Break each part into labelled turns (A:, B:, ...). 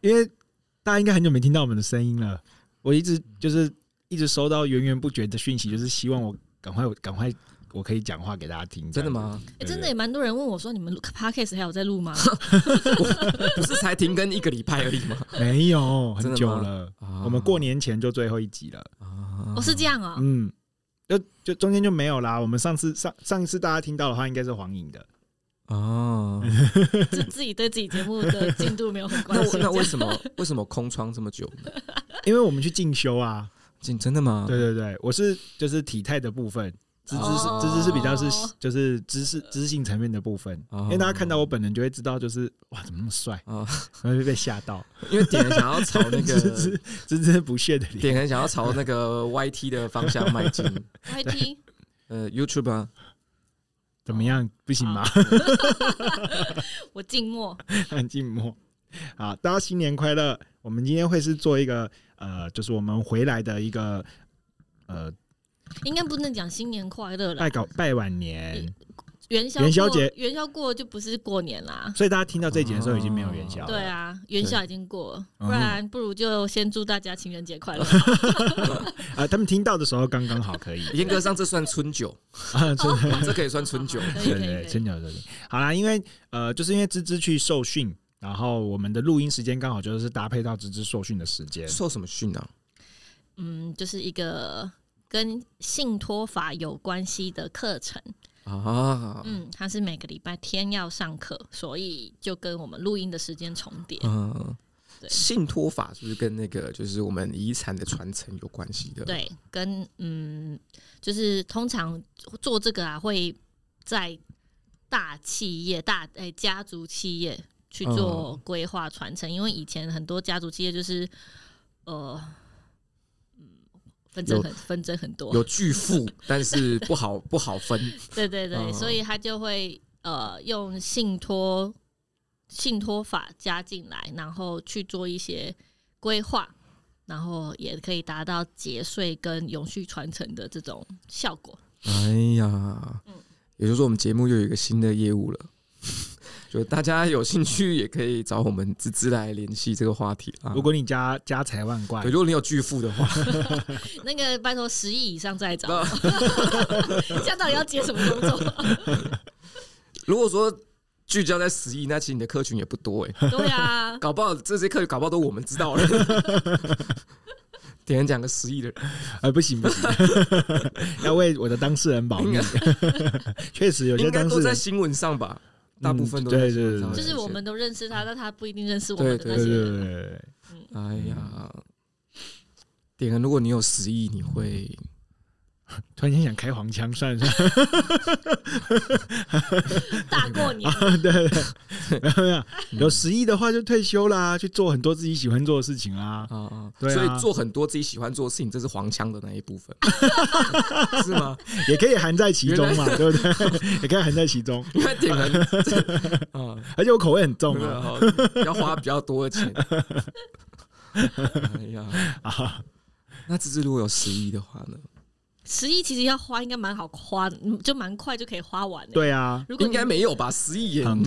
A: 因为大家应该很久没听到我们的声音了。我一直就是一直收到源源不绝的讯息，就是希望我赶快赶快我可以讲话给大家听。
B: 真的？吗？
A: 对
C: 哎真的也蛮多人问我说，你们录 podcast 还有 在录吗？
B: 不是才停更一个礼拜而已 吗？
A: 没有， 很
B: 真的吗
A: 久了。
B: 啊
A: 我们过年前就最后一集了。
B: 啊
C: 我是这样啊，
A: 嗯，就就中间就没有啦。我们上次上上一次大家听到的话，应该是黄颖的。
B: 哦，
C: 就自己对自己节目的进度没有很关
B: 那
C: 心。
B: 那为
C: 么？
B: 什么为什么空窗这么久呢？
A: 因为我们去进修啊，
B: 真真的吗？
A: 对对对，我是就是体态的部分，知知识
C: 哦
A: 知识是比较是就是知识知识性层面的部分，哎
B: 哦
A: 因为大家看到我本人就会知道，就是哇怎么那么帅，
B: 啊，
A: 然后就被吓到，
B: 因为点人想要朝 那
A: 孜
B: 个
A: 孜孜孜不屑的脸，
B: 点人想要朝那个 YT 的方向 迈进，
C: 还听
B: 呃，YouTube 啊，
A: 怎么样不行吗？
C: 我静默，
A: 很静默。好，大家新年快乐！我们今天会是做一个呃，就是我们回来的一个呃
C: 应该不能讲新年快乐了
A: 拜。搞拜晚年，
C: 元宵
A: 哎元宵
C: 过
A: 节
C: 元宵过就不是过年啦。
A: 所以大家听到这集的时候已经没有元宵了。
C: 对，啊，元宵已经过了，
A: 嗯
C: 不然不如就先祝大家情人节 快乐。
A: 啊、他们听到的时候刚刚好 可以
B: 严格上这算春酒，
A: 啊，真的。
B: 这可以算春酒。
C: 可以
A: 对
C: 可以
A: 对，
C: 可以
A: 真的真的。好啦，因为呃，就是因为芝芝去受训，然后我们的录音时间刚好就是搭配到芝芝受训的时间。
B: 受什么训啊？
C: 嗯，就是一个跟信托法有关系的课程。
B: 啊，
C: 嗯，它是每个礼拜天要上课，所以就跟我们录音的时间重叠。
B: 嗯，
C: 对
B: 信托法是不是跟那个就是我们遗产的传承有关系的？，
C: 对，跟嗯，就是通常做这个啊，会在大企业、大诶、家族企业去
B: 嗯
C: 做规划传承，因为以前很多家族企业就是呃，嗯，纷争
B: 有
C: 很纷争很多，
B: 有巨富，但是不好不好分。
C: 对对对，
B: 嗯
C: 所以他就会呃用信托信托法加进来，然后去做一些规划，然后也可以达到节税跟永续传承的这种效果。
B: 哎呀，也就是说我们节目又有一个新的业务了。 就大家有兴趣也可以找我们芝芝来联系这个话题啊。
A: 如果你家家财万贯
B: 对，，如果你有巨富的话，
C: 那个拜托十亿以上再找我，这样到底要接什么工作？
B: 如果说聚焦在十亿，那其实你的客群也不多 哎、
C: 对啊，
B: 搞不好这些客群搞不好都我们知道了。点人讲个十亿的人，
A: 呃，不行不 行，要为我的当事人保
B: 应
A: 密
B: 该。
A: 确实有些
B: 应该
A: 当
B: 都
A: 事
B: 在
A: 人，
B: 新闻上吧，
A: 嗯
B: 大部分都在
A: 对
B: 新闻
A: 对
B: 上
A: 对，
C: 就是我们都认识他，但他不一定认识我
B: 对
C: 们的
B: 对
C: 那
A: 对
C: 些
A: 对
C: 人。
A: 对对对，
B: 哎呀，
A: 嗯
B: 点恩，如果你有十亿，你会
A: 突然间想开黄腔，算了算
C: 大过年，
A: 了， 对对对， 没有
B: 嗯
A: 没有，有十亿的话就退休啦，去做很多自己喜欢做的事情啦。
B: 啊啊，
A: 对啊
B: 所以做很多自己喜欢做的事情，这是黄腔的那一 部分，是吗？
A: 也可以含在其中嘛，对不对？也 可以含在其中，
B: 因为点恩 啊，
A: 而且我口味很重
B: 没
A: 啊。
B: 有要花比较多的钱。哎呀，
A: 啊
B: 那芝芝如果有十亿的话呢？
C: 十亿其实要花应该蛮好花，嗯就蛮快就可以花完的。，
A: 对啊，
C: 如果
B: 应
C: 你
B: 该没有吧？十亿耶。
A: 很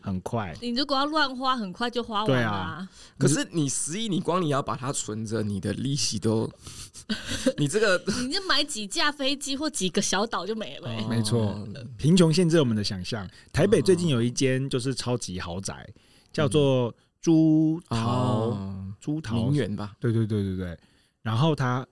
A: 很快，
C: 你如果要乱花，很快就花完
A: 对
C: 了、
A: 啊
B: 可是你十亿，你光你要把它存着，你的利 息都，你这个
C: 你就买几架飞机或几个小岛就没了、欸
A: 哎没错
B: 哦
A: 贫穷限制我们的想象。台北最近有一间就是超级豪宅，叫做朱桃
B: 哦，
A: 朱桃
B: 名，媛吧，
A: 对对对对对。然后它，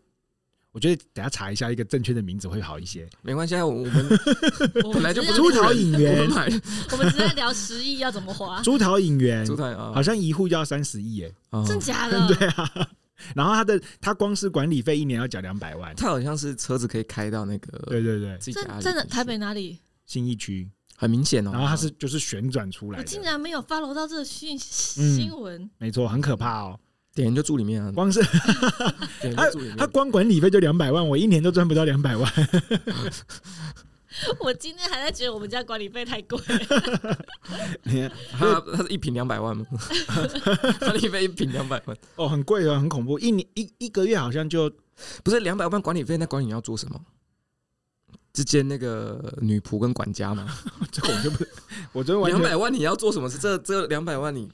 A: 我觉得等下查一下一个正确的名字会好一些。
B: 没关系，啊，我 我们
C: 我
B: 哦本
C: 们
B: 来就
C: 只
B: 不
C: 是
A: 朱
C: 要
A: 桃影园
B: 我们买
C: 我们只在聊十亿要怎 么花，
A: 朱啊桃影园
B: 朱太啊，
A: 好像一户就要三十亿耶，
B: 哦
C: 真假的？
A: 然后它的它光是管理费一年要缴两百万。
B: 它好像是车子可以开到那个
A: 对对对，
B: 自己家
C: 真
B: 里
C: 真的
B: 去
C: 台北哪里？
A: 信义区，
B: 很明显哦。
A: 然后它是就是旋转出来
C: 我竟
A: 的，
C: 然没有 follow 到这个讯
A: 嗯
C: 新闻，
A: 没错，很可怕哦。
B: 点人就住里面啊，
A: 光是
B: 点人
A: 它
B: 就住里面
A: 它。光管理费就两百万，我一年都赚不到两 百万。
C: 我今天还在觉得我们家管理费太贵，
A: 你看
B: 它它是一瓶两百 万吗？它那边一瓶两百万，
A: 哦，很贵哦，很恐怖，一年一一个月好像就
B: 不是两百万管理费，那管理员要做什么？之间那个女仆跟管家嘛，
A: 这个我就不，我真的完
B: 两
A: 全
B: 百万你要做什么？是这这两百万你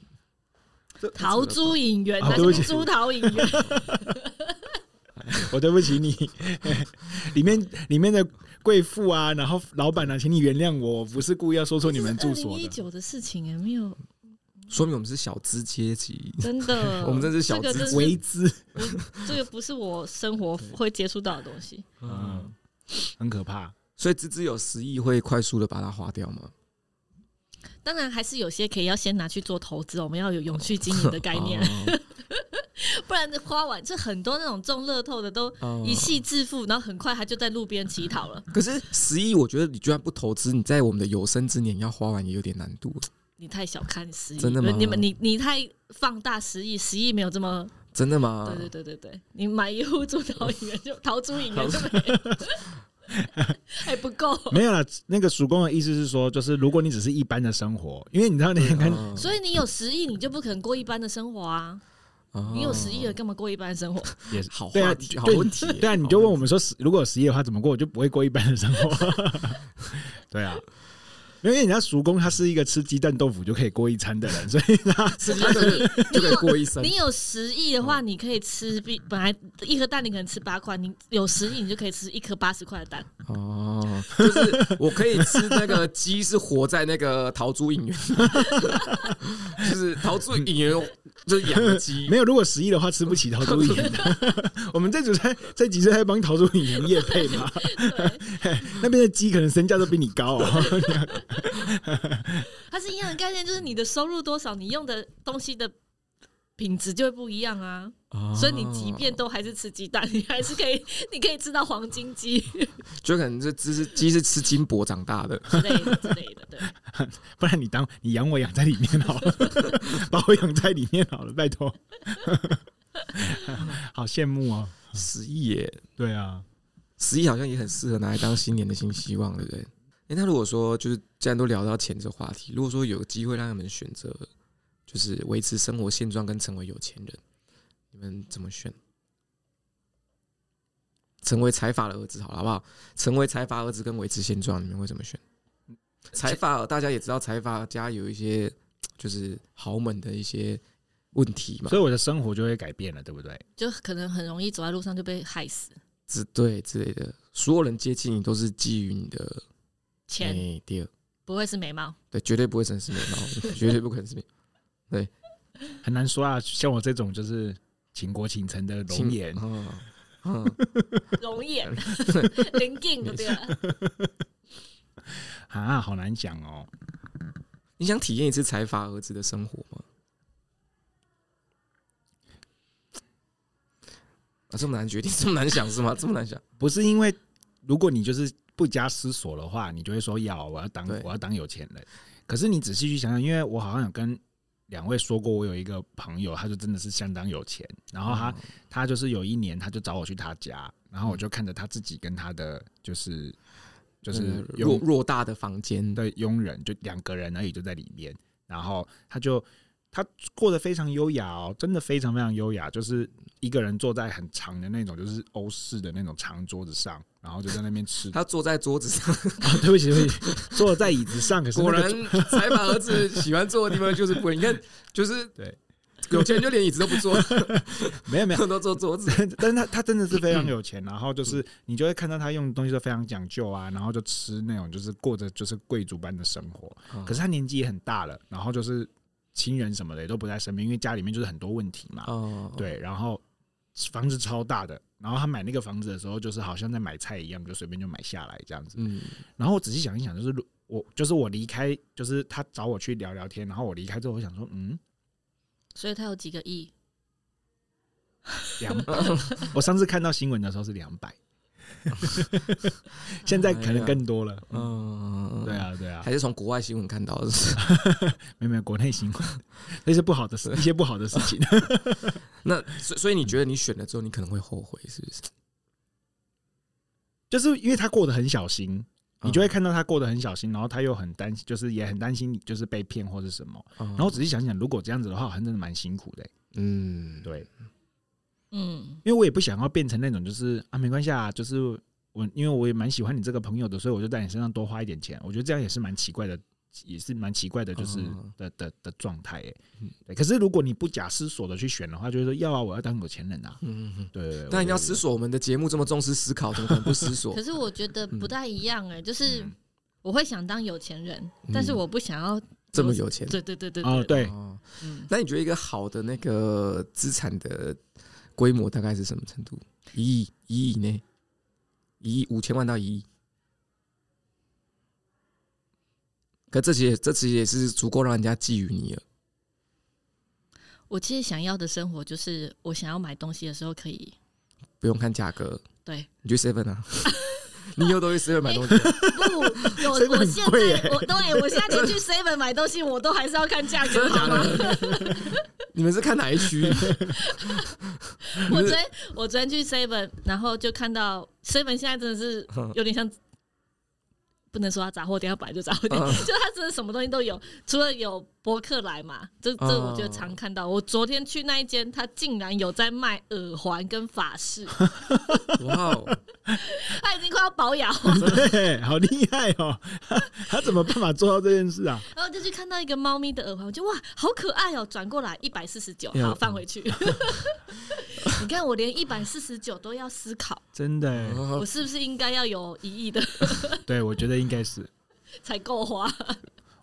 C: 陶朱影园，
A: 啊
C: 那
A: 对不
C: 是
A: 起
C: 朱桃影园，
A: 我对不起你。 里面里面的贵妇啊，然后老板啊，请你原谅我，我不是故意要说出你们住所
C: 一
A: 的。
C: 九的事情哎，没有
B: 说明我们是小资阶级。
C: 真的，
B: 我们真是小
C: 这个
B: 资
C: 真是
A: 为之，
C: 这个不是我生活会接触到的东西。
A: 嗯，很可怕。
B: 所以芝芝有十亿会快速的把它花掉吗？
C: 当然，还是有些可以要先拿去做投资，我们要有永续经营的概 念，
B: 哦
C: 不然花完这很多那种中乐透的都
B: 哦
C: 一夕致富，然后很快他就在路边乞讨了。
B: 可是十亿，我觉得你居然不投资，你在我们的有生之年要花完也有点难度，
C: 你太小看十亿，
B: 真的吗
C: 你们你你太放大十亿，十亿没有这么。
B: 真的吗？
C: 对对对对对，你买一户住桃影 园就桃租影园就没了， 还不够。
B: 哦
A: 没有啦，那个曙光的意思是说，就是如果你只是一般的生活，因为你知道那个跟
B: 嗯
C: 所以你有十亿，你就不可能过一般的生活啊！你有十亿了，干嘛过一般的 生活？
A: 也是
B: 好
A: 对啊
B: 话题，好
A: 对
B: 问题耶，
A: 对啊，你
B: 好
A: 就问
B: 问
A: 我们说，十如果有十亿的话，怎么过？我就不会过一般的生活。 对啊，因为人家叔公他是一个吃鸡蛋豆腐就可以过一餐的人，所以他
B: 题，
C: 就 是你
B: 就可以过一生。
C: 你有十亿的嗯话，你可以吃比本来一颗蛋你可能吃八块，你有十亿你就可以吃一颗八十块的蛋。
B: 哦，就是我可以吃那个鸡，是活在那个桃珠影园， 就是桃珠影园就是养的鸡
A: 没，有。如果十亿的话，吃不起陶朱影。我们这组在这几次在帮陶朱影业配嘛，那边的鸡可能身价都比你高哦。
C: 它是一样的概念，就是你的收入多少，你用的东西的品质就会不一样啊。
B: 哦
C: 所以你即便都还是吃鸡蛋，你还是可以， 你可以吃到黄金鸡
B: 啊就可能这只是鸡是吃金箔长大的，
C: 之类的之类的。对，
A: 不然你当你养我养在里面好了，把我养在里面好了，拜托。 好羡慕哦。
B: 十亿耶，
A: 对啊，
B: 十亿好像也很适合拿来当新年的新希望，对不对？诶，那如果说就是既然都聊到钱这个话题，如果说有个机会让你们选择，就是维持生活现状跟成为有钱人，你们怎么选？成为财阀的儿子，好了，好不好？成为财阀儿子跟维持现状，你们会怎么选？财阀大家也知道，财阀家有一些就是豪门的一些问题嘛
A: 所，以我的生活就会改变了，对不对？
C: 就可能很容易走在路上就被害死。
B: 之对之类的，所有人接近你都是基于你的
C: 钱
A: 哎
B: 诶第二。
C: 不会是美貌，
B: 对，绝对不会真是美貌， 绝对不可能是美
A: 很难说啊。像我这种就是倾国倾城的
B: 貌。
A: 容颜，
B: 嗯嗯，
C: 容颜 灵境对
A: 哎
C: 吧？
A: 啊，好难讲哦。
B: 你想体验一次财阀儿子的生活吗？啊，这么难决定，这么难想是吗？这么难想，
A: 不是因为如果你就是不加思索的话，你就会说要我要当
B: 对
A: 我要当有钱人。可是你仔细去想想，因为我好像有跟两位说过，我有一个朋友，他就真的是相当有钱。然后他、
B: 嗯
A: 他就是有一年，他就找我去他家，然后我就看着他自己跟他的就是就是
B: 嗯
A: 有
B: 偌偌大的房间，
A: 的佣人，就两个人而已，就在里面。然后他就他过得非常优雅哦，真的非常非常优雅，就是一个人坐在很长的那种，就是欧式的那种长桌子上，然后就在那边吃。
B: 他坐在桌子上，
A: 啊， 对不起，对不起，坐在椅子上，可是那
B: 果
A: 个
B: 然财阀儿子喜欢坐的地方就是不会。你看，就是
A: 对
B: 有钱人就连椅子都不坐，
A: 没有没有。
B: 都坐桌子。
A: 但是他他真的是非常有钱，然后就是你就会看到他用的东西都非常讲究啊，然后就吃那种就是过着就是贵族般的生活，
B: 嗯
A: 可是他年纪也很大了，然后就是亲人什么的也都不在身边，因为家里面就是很多问题嘛，
B: 哦，
A: 对，然后房子超大的，然后他买那个房子的时候，就是好像在买菜一样，就随便就买下来这样子。
B: 嗯，
A: 然后我仔细想一想，就是如我就是我离开，就是他找我去聊聊天，然后我离开之后，我想说，嗯，
C: 所以他有几个亿，
A: 两
B: 嗯
A: 百。我上次看到新闻的时候是两 百，现在可能更多了。嗯，
B: 哎嗯，
A: 对，啊，对啊
B: 还，是从国外新闻看到的。
A: 没有没有国内新闻，那是不好的事，一些不好的事 情。
B: 那所所以你觉得你选了之后，你可能会后悔，是不是？
A: 就是因为他过得很小心，嗯你
B: 嗯
A: 就会看到他过得很小心，然后他又很担心，就是也很担心你就是被骗或是什么。
B: 嗯，然
A: 然后仔细想想，如果这样子的话，好像真的蛮辛苦的欸、
B: 嗯，
A: 对，
C: 嗯，
A: 因为我也不想要变成那种就是啊，没关系啊，就是我因为我也蛮喜欢你这个朋友的，所以我就在你身上多花一点钱。我觉得这样也是蛮奇怪的也是蛮奇怪的，就是
B: 嗯
A: 的的的状态哎
B: 嗯。
A: 对，可是如果你不假思索的去选的话，就是说要啊，我要当有钱人啊。
B: 嗯嗯嗯。
A: 对，对
B: 但一定要
A: 思
B: 思索，我们的节目这么重视思考，怎么可能不思索
C: 可？是我觉得不太一样哎、就是
A: 嗯
C: 我会想当有钱人，
B: 嗯
C: 但是我不想要
B: 这么有钱，
C: 对对对对
A: 哦，对，
B: 哦
C: 嗯，
B: 那你觉得一个好的那个资产的规模大概是什么程度？一亿，一亿以内，一亿五千万到一亿。可这些，这其实也是足够让人家觊觎你了。
C: 我其实想要的生活就是我想要买东西的时候可以
B: 不用看价格，
C: 对，
B: 你去 seven 啊，你又都去 seven 买东西，
C: 不，有
A: 真的
C: 我
A: 很
C: 现
A: 贵
C: 在我对我现在连去 Seven 买东西，我都还是要看价格，好吗？
B: 你们是看哪 一区？
C: 我昨天我昨天去 Seven，然后就看到 Seven 现在真的是有点像，不能说它杂货店，要本来就杂货店，
B: 嗯
C: 就它真的什么东西都有，除了有博客来嘛，这这
B: 哦
C: 我就常看到。我昨天去那一间，它竟然有在卖耳环跟发饰，
B: 哇哦，
C: 它已经快要保养了。
A: 对， 好厉害哦！他怎么办法做到这件事啊？
C: 然后就去看到一个猫咪的耳环，我就哇，好可爱哦、转过来一百四十九，
B: 哎呦
C: 好放回去。 你看，我连一百四十九都要思考，
A: 真的欸，
C: 我是不是应该要有一亿的
A: 对我觉得应该是。
C: 才够花？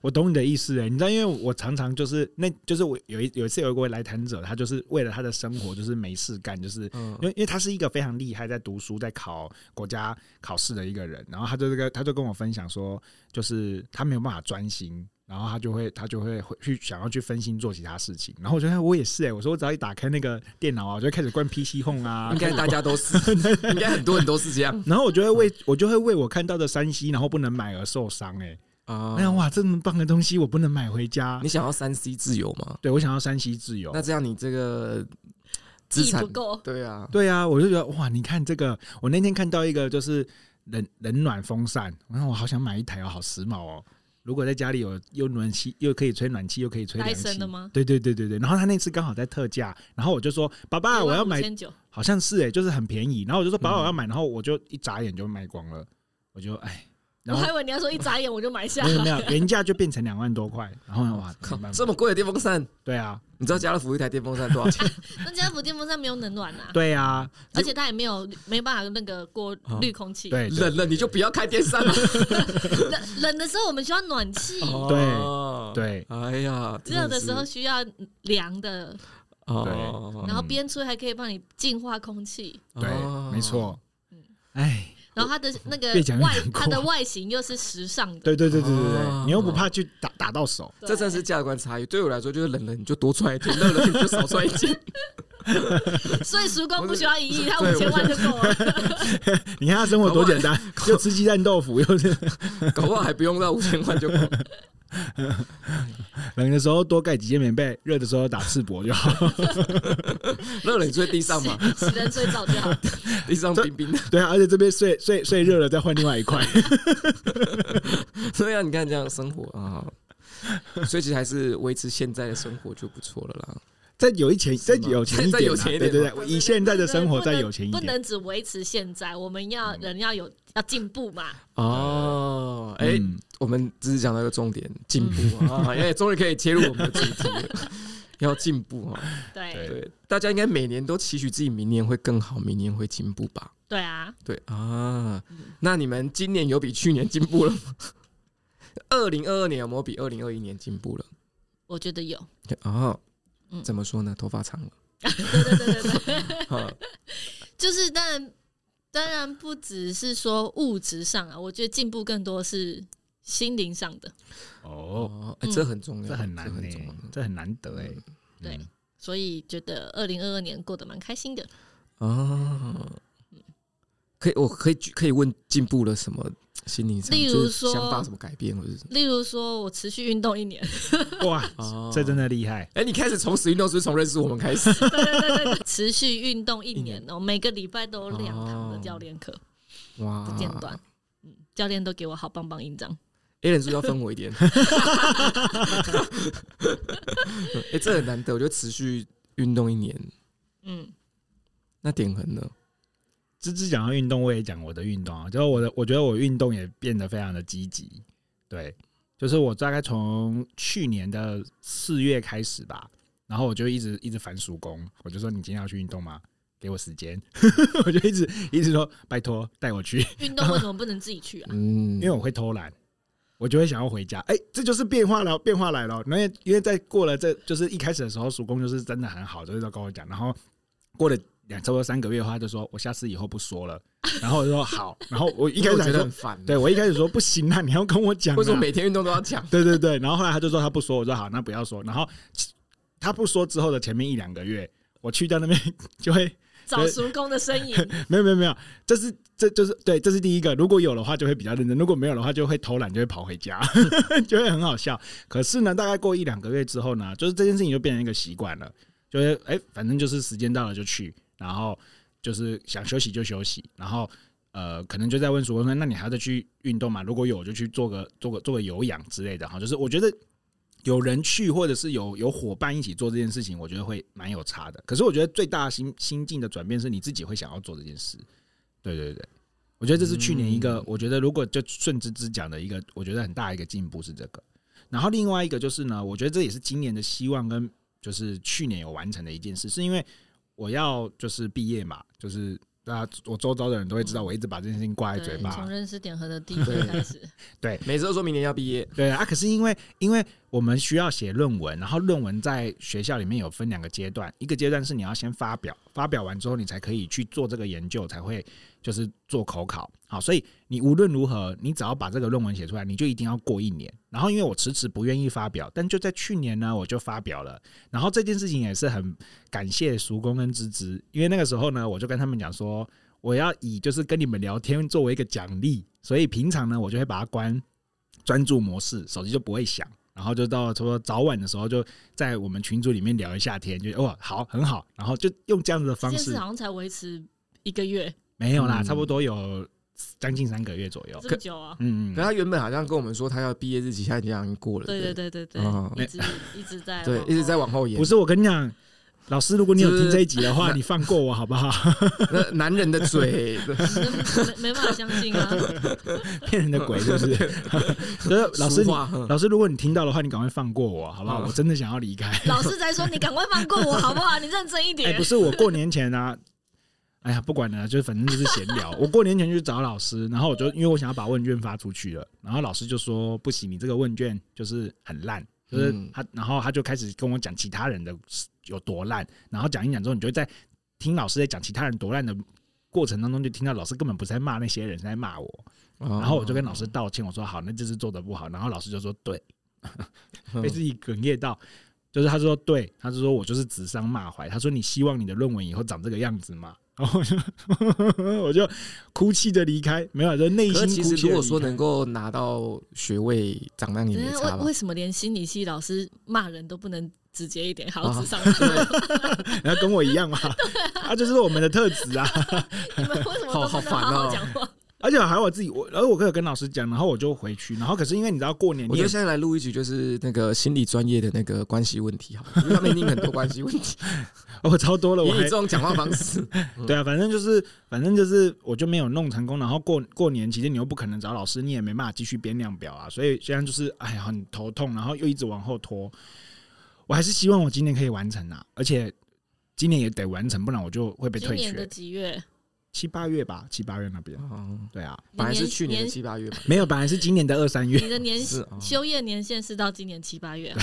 A: 我懂你的意思哎，你知道，因为我常常就是，那就是我有一有一次有一位来谈者，他就是为了他的生活就是没事干，就是
B: 嗯
A: 因为因为他是一个非常厉害在读书、在考国家考试的一个人，然后他就这个他就跟我分享说，就是他没有办法专心，然后他就会他就会会去想要去分心做其他事情，然后我觉得我也是哎，我说我只要一打开那个电脑啊，我就会开始关 PC Home 啊
B: 应，该大家 都是，应该很多人都是这样
A: 然后我就会为我就会为我看到的山西然后不能买而受伤哎，
B: 啊
A: 哎呀哇，这么棒的东西我不能买回家
B: 你，想要三 C 自由吗？
A: 对我想要山西自由
B: 那。这样你这个资
C: 亿
B: 产
C: 不够，
B: 对啊，
A: 对啊，我就觉得哇，你看这个，我那天看到一个就是冷冷暖风扇，然后我好想买一台哦，好时髦哦。如果在家里有又暖气，又可以吹暖气，又可以吹凉
C: 戴森
A: 气
C: 的吗
A: 对对对对对。然后他那次刚好在特价，然后我就说爸
C: 哎
A: 爸啊我要买，
C: 千九，
A: 好像是哎、就是很便宜。然后我就说
B: 嗯
A: 爸爸我要买，然后我就一眨眼就卖光了，我就哎，
C: 我
A: 然后
C: 还以为你要说一眨眼我就买下
A: 没。有没有原价就变成两万多块，然后哇，
B: 哦靠
A: 没办，法
B: 这么贵的电风扇，
A: 对啊
B: 你知道家乐福一台电风扇多 少钱？
C: 那家福电风扇没有冷暖啊，
A: 对啊
C: 而且它也没有没办法那个过滤空气。
A: 哦对对
B: 冷了你就不要开 电扇了。
C: 冷冷的时候我们需要暖气，
B: 哦，
A: 对
B: 哎呀，
C: 热的时候
B: 真
C: 需要凉的，
B: 是哦，
A: 嗯
C: 然后边吹还可以帮你净化空气。
B: 啊哦
A: 对，没错
C: 嗯。
A: 哎，
C: 然后它的那个
A: 越讲越
C: 外
A: 难，过
C: 它的外形又是时尚的，
A: 对对对对对
B: 哦
A: 对，你又不怕去打打到手，
B: 这真的是价值观差异。对我来说，就是冷了你就多穿一件， 热了你就少穿一 件。
C: 对所以曙光不需要一亿，它
B: 对
C: 五千万就够了。
A: 你看他生活多简 单，又吃鸡蛋豆腐，又是
B: 搞不好还不用到五千块就够。
A: 冷的时候多盖几件棉被，热的时候打赤膊就好。
B: 热了你睡地上嘛，
C: 洗洗人睡着就 好。
B: 地上冰冰的。
A: 对啊，而且这边睡睡睡热了再换另外一 块。
B: 对啊，你看这样生活啊，所以其实还是维持现在的生活就不错了啦。
A: 再有一钱，再有钱一
B: 再
A: 点啊，
B: 有钱一
A: 对
B: 点
A: 对
B: 嘛
A: 对，以现在的生活
C: 不能
A: 再有钱一
C: 不
A: 点。嗯
C: 能只维持现在，我们要人要有要进步嘛。
B: 哦，哎、
A: 嗯
B: 我们只是讲到一个重点，进步 啊，哎、终于可以切入我们的主 题了，要进步啊。
C: 对
A: 对
B: 对，大家应该每年都期许自己明年会更好，明年会进步吧？
C: 对啊，
B: 对啊，那你们今年有比去年进步了吗？ 二零二二年有没有比二零二一年进步了？
C: 我觉得有。
B: 哦
C: 嗯，
B: 怎么说呢？头发长了，
C: 对对对对 对，
B: 啊
C: 就是当然当然不只是说物质上啊，我觉得进步更多是心灵上的。
A: 哦，
B: 哦，哎
C: 嗯
B: 这很重要，
A: 这很难
B: 这很
A: 呢
B: 重要。，
A: 这很难得哎。
C: 对
A: 嗯，
C: 所以觉得二零二二年过得蛮开心的。
B: 啊，可以，我可以举可以问进步了什么心灵上，
C: 例如
B: 就是
C: 说
B: 想法什么改变，或者是
C: 例如说，我持续运动一年，
A: 哇，
B: 哦
A: 这真。的厉害。
B: 哎、你开始从始运动是不是从认识我们 开始？
C: 对对对对，对持续运动一
B: 一
C: 年哦，每个礼拜都有两堂的
B: 哦
C: 教练课，
B: 哇，
C: 不间断。嗯，教练都给我好棒棒印章，
B: A 人是不是要分我一点？ 哎、这很难得，我觉得持续运动一年，
C: 嗯，
B: 那点恒呢？
A: 芝芝讲到运动，我也讲我的运动啊，就是我的，我觉得我运动也变得非常的积极。对，就是我大概从去年的四月开始吧，然后我就一直一直烦叔公，我就说你今天要去运动吗？给我时间， 我就一直一直说拜托带我去，
C: 运动为什么不能自己去啊？
B: 嗯
A: 因为我会偷懒，我就会想要回家。哎、这就是变化了，变化来了。因为因为在过了这就是一开始的时候，叔公就是真的很好，就是都跟我讲。然后过了两差不多三个月的话，他就说我下次以后不说 了。然后我就说好，然后我一
B: 一
A: 开始还
B: 觉得
A: 说
B: 很，烦，
A: 对，我一开始说不行啊，你要跟我讲、啊，
B: 为什么每天运动都要讲？
A: 对对对，然后后来他就说他不说，我说好，那不要说。然后其他不说之后的前面一两个月，我去掉那边 就会
C: 找叔公的身影，
A: 没有没有没有，这是这就是对，这是第一个。如果有的话就会比较认真，如果没有的话就会偷懒，就会跑回家， 就会很好笑。可是呢，大概过一两个月之后呢，就是这件事情就变成一个习惯了，就是哎、反正就是时间到了就去，然后就是想休息就休息，然后。呃，可能就在问叔公说：“那你还要再去运动吗？如果有，我就去做个做个做个有氧之类的哈。就是我觉得有人去，或者是有有伙伴一起做这件事情，我觉得会蛮有差的。可是我觉得最大的心心境的转变是你自己会想要做这件事。对对对，我觉得这是去年一个，
B: 嗯
A: 我觉得如果就顺之之讲的一个，我觉得很大一个进步是这个。然后另外一个就是呢，我觉得这也是今年的希望跟就是去年有完成的一件事，是因为我要就是毕业嘛，就是大家我周遭的人都会知道，我一直把这件事情挂在嘴
C: 对，
A: 巴
C: 从。认识点和的第一天开始，
B: 每次都说明年要毕业，
A: 对啊，可是因为因为我们需要写论文，然后论文在学校里面有分两个阶段，一个阶段是你要先发表，发表完之后你才可以去做这个研究，才会就是做口考。好，所以你无论如何，你只要把这个论文写出来，你就一定要过一年。然后因为我迟迟不愿意发表，但就在去年呢，我就发表了。然后这件事情也是很感谢叔公跟芝芝，因为那个时候呢，我就跟他们讲说。我要以就是跟你们聊天作为一个奖励，所以平常呢，我就会把它关专注模式，手机就不会响。然后就到差不多早晚的时候，就在我们群组里面聊一下天，就哦好很好，然后就用这样子的
C: 这
A: 方
C: 件
A: 式
C: 事，好像才维持一个月，
A: 没有啦，
B: 嗯
A: 差不多有将近三个月左右
C: 这。么久啊？
A: 嗯，
B: 可
A: 嗯
B: 他原本好像跟我们说他要毕业日期，他已经好像过了，
C: 对对
B: 不
C: 对对对
B: 哦，
C: 一直一直在
B: 对，一直在
C: 往
B: 往后延
A: 不。是我跟你讲，老师，如果你有
B: 就是
A: 听这一集的话，你放过我好不 好？
B: 那男人的嘴，
C: 后，哦没没办法相信啊！
A: 骗人的鬼是不 是？所 以老师，
B: 俗
A: 你
B: 话嗯
A: 老师，如果你听到的话，你赶快放过我好不好？
B: 嗯
A: 我真的想要离开。
C: 老师在说你赶快放过我好不好？你认真一
A: 哎、
C: 点
A: 不。是我过年前啊， 哎呀，不管了，就反正就是闲 聊。我过年前去找老师，然后我就因为我想要把问卷发出去了，然后老师就说不行，你这个问卷就是很烂，就是
B: 嗯
A: 他，然后他就开始跟我讲其他人的有多烂，然后讲一讲之后，你就会在听老师在讲其他人多烂的。过程当中就听到老师根本不是在骂那些人，是在骂我。
B: 然
A: 然后我
B: 哦
A: 就跟老师道歉，我说好，那这次做的不好。然后老师就说 对，被自己哽咽到，就是他说对，他就说我就是指桑骂槐，他说你希望你的论文以后长这个样子吗？ 然后我就我就哭泣的离开，没有，啊就内
B: 可是
A: 心
B: 其
A: 哭
B: 实
A: 泣地
B: 如果
A: 离
B: 说
A: 开
B: 能够拿到学位，长那年
C: 等
B: 没
C: 一下
B: 差
C: 为
B: 吧？
C: 为什么连心理系老师骂人都不能直接一点，还要
B: 啊
C: 智商？
A: 然后跟我一 样嘛，啊，就是我们的特质啊。
C: 你们为什么
B: 好
C: 都
B: 好
C: 不能好
B: 烦哦
C: 好讲话？
A: 而且还有我自己，我然后我有跟老师讲，然后我就回去，然后可是因为你知道过年，
B: 我
A: 你也
B: 觉得现在来录一局就是那个心理专业的那个关系问 题，好了，因为他们一定很多关系问题。
A: 哦超多了，
B: 以
A: 我
B: 你
A: 还
B: 这种讲话方 式，
A: 对啊，反正就是，反正就是，我就没有弄成功。然后过过年期间，你又不可能找老师，你也没办法继续编量表啊。所以现在就是，哎呀，很头痛，然后又一直往后拖。我还是希望我今年可以完成啊，而且今年也得完成，不然我就会被
C: 今
A: 退
C: 年的
A: 学。
C: 几月？
A: 七八月吧，七八月那边，
B: 哦
A: 对啊，
B: 本来是去年的
C: 年
B: 七八 月吧？
A: 没有，本来是今年的二三月。
C: 你的年
B: 是哦
C: 休业年限是到今年七八月啊，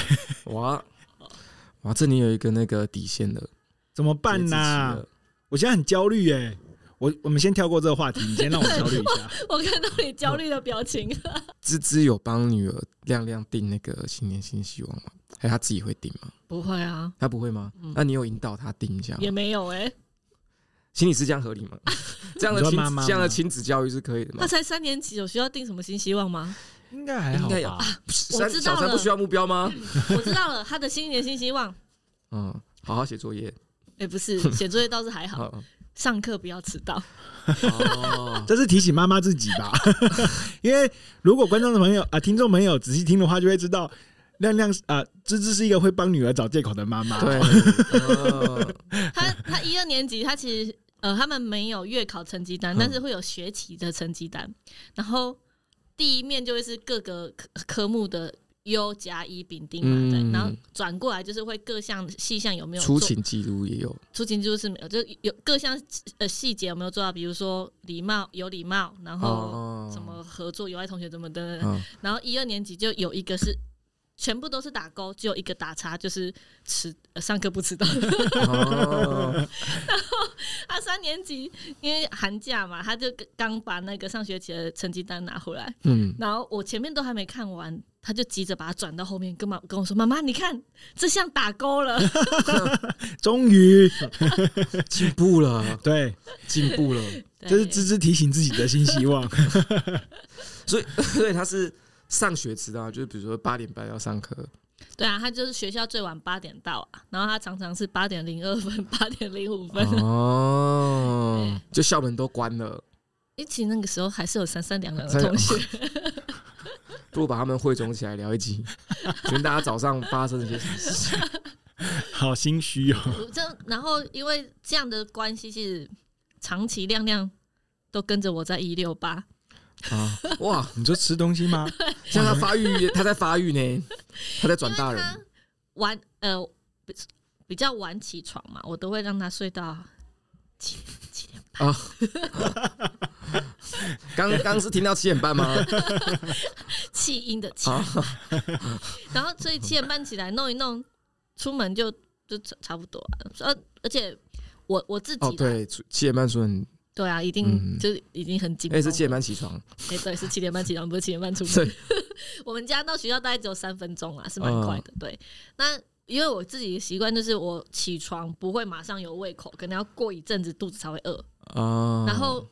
B: 哇哇，这里有一个那个底线的
A: 怎么办
B: 截止期
A: 呐、
B: 了
A: 我现在很焦虑哎、我我们先跳过这个话题，你先让我焦虑一下。
C: 我看到你焦虑的表情。
B: 芝芝有帮女儿亮亮定那个新年新希望吗？还是她自己会定吗？
C: 不会啊，
B: 她不会吗？
C: 嗯
B: 那你有引导她定一下吗？
C: 也没有哎、
B: 心理师这样合理 吗？这样的
A: 你说
B: 亲
A: 妈妈
B: 子
A: 吗
B: 这样的亲子教育是可以的吗
C: 他？ 才三年级，有需要定什么新希望吗？
A: 应该还好
B: 应该有
A: 吧？
B: 三
C: 知道
B: 小三
C: 了
B: 不需要目标吗？
C: 我知道了，他的新年新希望，
B: 嗯，好好写作业。
C: 哎、不是写作业倒是还好，
B: 好，
C: 上课不要迟到。
B: 哦，
A: 这是提醒妈妈自己吧， 因为如果观众的朋友啊、听众朋友仔细听的话，就会知道亮亮啊、芝芝是一个会帮女儿找借口的妈 妈。
B: 对，哦
C: 他他一二年级，他其实呃，他们没有月考成绩单
B: 嗯，
C: 但是会有学期的成绩单，然后。第一面就会是各个科科目的优甲乙丙丁嘛，对，
B: 嗯
C: 然后转过来就是会各项细项有没有
B: 出
C: 做
B: 勤记录也有，
C: 出勤就是没有，就是有各项呃细节有没有做到，比如说礼貌有礼貌，然后
B: 哦
C: 什么合作有爱同学怎么等等等，
B: 嗯
C: 然后一二年级就有一个是。全部都是打勾，只有一个打叉，就是迟、呃、上课不迟到。
B: 哦，
C: 他三年级因为寒假嘛，他就刚把那个上学期的成绩单拿回来，
B: 嗯，
C: 然后我前面都还没看完，他就急着把它转到后面，跟妈跟我说：“妈妈，你看这项打勾了。
A: 终于
B: 进步了，
A: 对，
B: 进步了，”
C: 对
A: 这是芝芝提醒自己的新希望。
B: 所以 所以他是上学迟到，就是比如说八点半要上课，
C: 对啊，他就是学校最晚八点到啊，然后他常常是八点零二分、八点零五
B: 啊
C: 分。
B: 哦，就校门都关了，
C: 一起那个时候还是有三三两两的
B: 三
C: 同学，
B: 不如把他们汇总起来聊一 集，全大家早上发生了些什么事情。
A: 好心虚哦，
C: 我这然后因为这样的关系，其实长期亮亮都跟着我在一六八，
B: 啊，哇！
A: 你说吃东西 吗？
B: 像他发育，他在发育 呢，他在转大人
C: 因为他晚呃比比较晚起床嘛，我都会让他睡到 七七点半。
B: 啊。刚刚是听到七点半 吗？
C: 气音的气，
B: 啊，
C: 然后所以七点半起来弄一弄，出门就就差差不多了。而而且我我自己
B: 哦，
C: 啦
B: 对，出七点半出门，
C: 对啊，一
B: 嗯
C: 定就是已经很紧绷
B: 哎，
C: 了。
B: 是七点半起床，
C: 哎对，是七点半起床，不是七点半出门。
B: 对，
C: 我们家到学校大概只有三分钟啊啦，是蛮快
B: 嗯
C: 的。对，那因为我自己的习惯就是我起床不会马上有胃口，可能要过一阵子肚子才会饿。
B: 哦，
C: 然后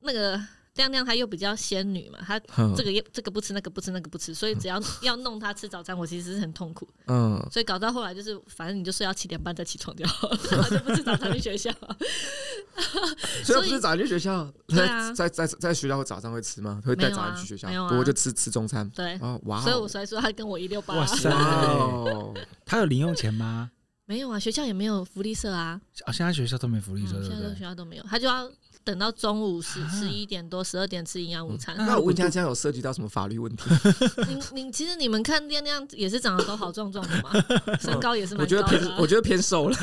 C: 那个亮亮她又比较仙女嘛，她
A: 嗯
B: 哼
C: 这个也这个不吃，那个不吃，那个不吃，所以只要要弄她吃早餐，我其实是很痛苦。
B: 嗯，
C: 所以搞到后来就是，反正你就睡到七点半再起床就好了，然后就不吃早餐去学校。
B: 所以他不是早上去学校，
C: 对啊
B: 在在在在学校会早上会吃吗？会带早上去学校
C: 没有，啊
B: 不过就吃吃中餐。
C: 对，
B: 哦，哇哦！
C: 所以我才说她跟我一六八啊
A: 哇。塞
B: 哇哦，
A: 他有零用钱吗？
C: 没有啊，学校也没有福利社啊，
A: 啊，现在学校都没福利
C: 嗯
A: 社，对
C: 现
A: 不
C: 在都学
A: 对？
C: 校都没有，她就要等到中午十
A: 啊
C: 十一点多、十二点吃营养午餐。
A: 嗯
B: 那我问一下，这样有涉及到什么法律问题？
C: 你你其实你们看亮亮也是长得都好壮壮 的嘛，身高也是
B: 我
C: 蛮
B: 觉得
C: 高
B: 偏
C: 的啊，。
B: 我觉得偏瘦了。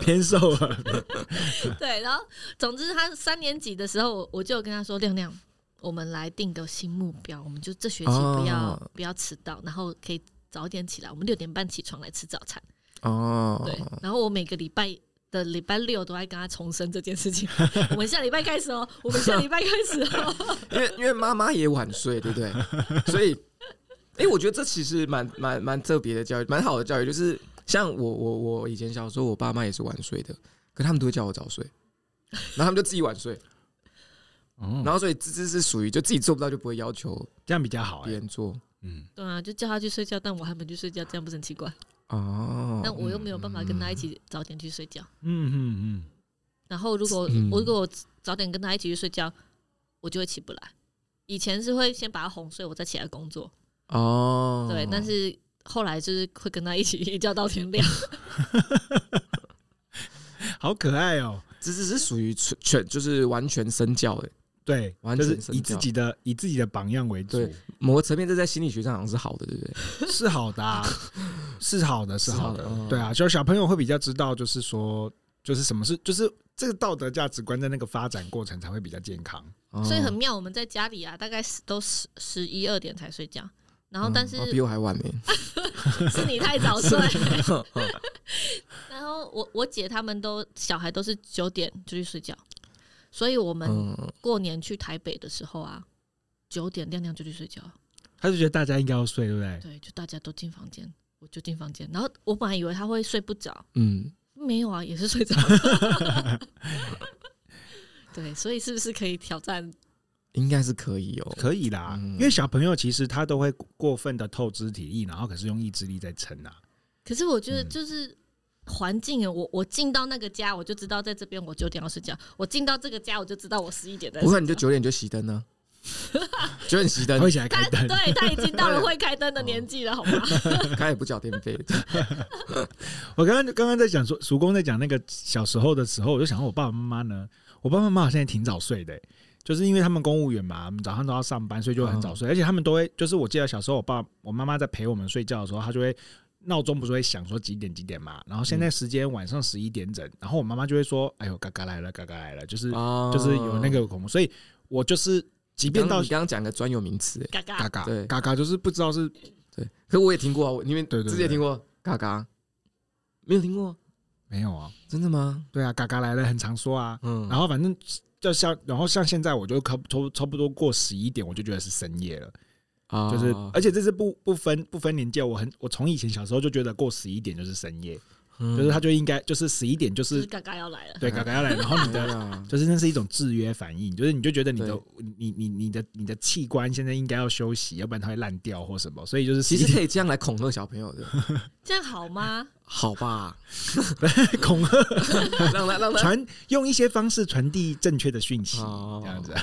A: 偏瘦了，
C: 对，然后总之他三年级的时候，我我就有跟他说：“亮亮，我们来定个新目标，我们就这学期不要、
B: 哦
C: 不要迟到，然后可以早点起来，我们六点半起床来吃早餐。”
B: 哦，
C: 对，然后我每个礼拜。的礼拜六都在跟他重申这件 事情，我们下礼拜开始哦，我们下礼拜开始哦，
B: 因为因为妈妈也晚睡，对不对？所以，哎、我觉得这其实蛮蛮蛮特别的教育，蛮好的教育。就是像我我我以前小时候，我爸妈也是晚睡的，可他们都会叫我早睡，然后他们就自己晚睡，
A: 然哦
C: 嗯
B: 然后所以芝芝是属于就自己做不到就不会要求
A: 这样比较好
B: 别
A: 哎。
B: 人做。
A: 嗯，
C: 对啊，就叫他去睡觉，但我还没去睡觉，这样不是很奇怪？
B: 哦，嗯
C: 但我又没有办法跟他一起早点去睡觉。
A: 嗯嗯嗯，
C: 然后如果、
B: 嗯
C: 我如果我早点跟他一起去睡觉，我就会起不来。以前是会先把他哄睡，我再起来工作，
B: 哦，
C: 对。但是后来就是会跟他一起一觉到天亮，
A: 好可爱哦。
B: 芝芝是属于全全就是完全身教的，
A: 对，
B: 完
A: 就
B: 全
A: 是
B: 身
A: 以
B: 教
A: 自己的以自己的榜样为主
B: 对，某个层面这在心理学上好像是好的，对不对？
A: 是好的啊，是好的，是好
B: 是
A: 的
B: 好的嗯。
A: 对啊，就是小朋友会比较知道，就是说，就是什么是，就是这个道德价值观在那个发展过程才会比较健康。
B: 哦
C: 所以很妙。我们在家里啊，大概十都十十一二点才睡觉，然后但是、
B: 嗯哦比我还晚呢。
C: 是你太早 睡。 然后我我姐他们都小孩都是九点就去睡觉，所以我们
B: 嗯，
C: 过年去台北的时候啊，九点亮亮就去睡觉。
A: 他就觉得大家应该要睡，对不对？
C: 对，就大家都进房间，我就进房间。然后我本来以为他会睡不着，
B: 嗯，
C: 没有啊，也是睡着。 对，所以是不是可以挑战？
B: 应该是可以哦。
A: 可以啦，
B: 嗯
A: 因为小朋友其实他都会过分的透支体力，然后可是用意志力在撑啊。
C: 可是我觉得
A: 嗯
C: 就是环境，哦我我进到那个家，我就知道在这边我九点要睡觉；我进到这个家，我就知道我十一点在睡
B: 不
C: 觉。
B: 会，你就九点就熄灯呢？九点熄
A: 他
B: 灯，
A: 会起来开
C: 他
A: 灯，
C: 对他已经到了
B: 对
C: 会开灯的年纪了，好吗？
B: 他也不缴电费。
A: 我刚刚刚刚在讲说，叔公在讲那个小时候的时候，我就想说我爸爸妈妈呢，我爸爸妈妈好像也挺早睡的欸、就是因为他们公务员嘛，我们早上都要上班，所以就很早睡，而且他们都会，就是我记得小时候我爸我妈妈在陪我们睡觉的时候，她就会。闹钟不是会响说几点几点嘛？然后现在时间晚上十一点整，然后我妈妈就会说：“哎呦，嘎嘎来了，嘎嘎来了。”就是
B: 哦
A: 就是有那个恐怖，所以我就是即
B: 你
A: 便
B: 刚
A: 到
B: 你刚刚讲个专有名词，哎
C: 嘎嘎
A: 嘎，嘎
B: 对
A: 嘎嘎，就是不知道是
B: 对，可我也听过啊，我你们
A: 对对
B: 自己也
A: 对
B: 听过嘎嘎，没有听过，
A: 没有啊，
B: 真的吗？
A: 对啊，嘎嘎来了很常说啊，
B: 嗯，
A: 然后反正就像然后像现在我就差不多差不多过十一点我就觉得是深夜了，
B: 后
A: 就是而且这是不不分不分年纪，啊我很我从以前小时候就觉得过十一点就是深夜，
B: 嗯
A: 就是他就应该就是十一点就
C: 就是
A: 是
C: 嘎嘎要来了。
A: 对嘎嘎要来，然后你的
B: 的
A: 就是那是一种制约反应，就是你就觉得你的
B: 对
A: 你你你的你的器官现在应该要休息，要不然它会烂掉或什么，所以就是
B: 其实
A: 11
B: 可以这样来恐吓小朋友的，
C: 这样好吗？
B: 好吧？
A: 点恐 吓
B: 让他让他
A: 传用一些方式传递正确的讯息，
B: 哦
A: 这样子。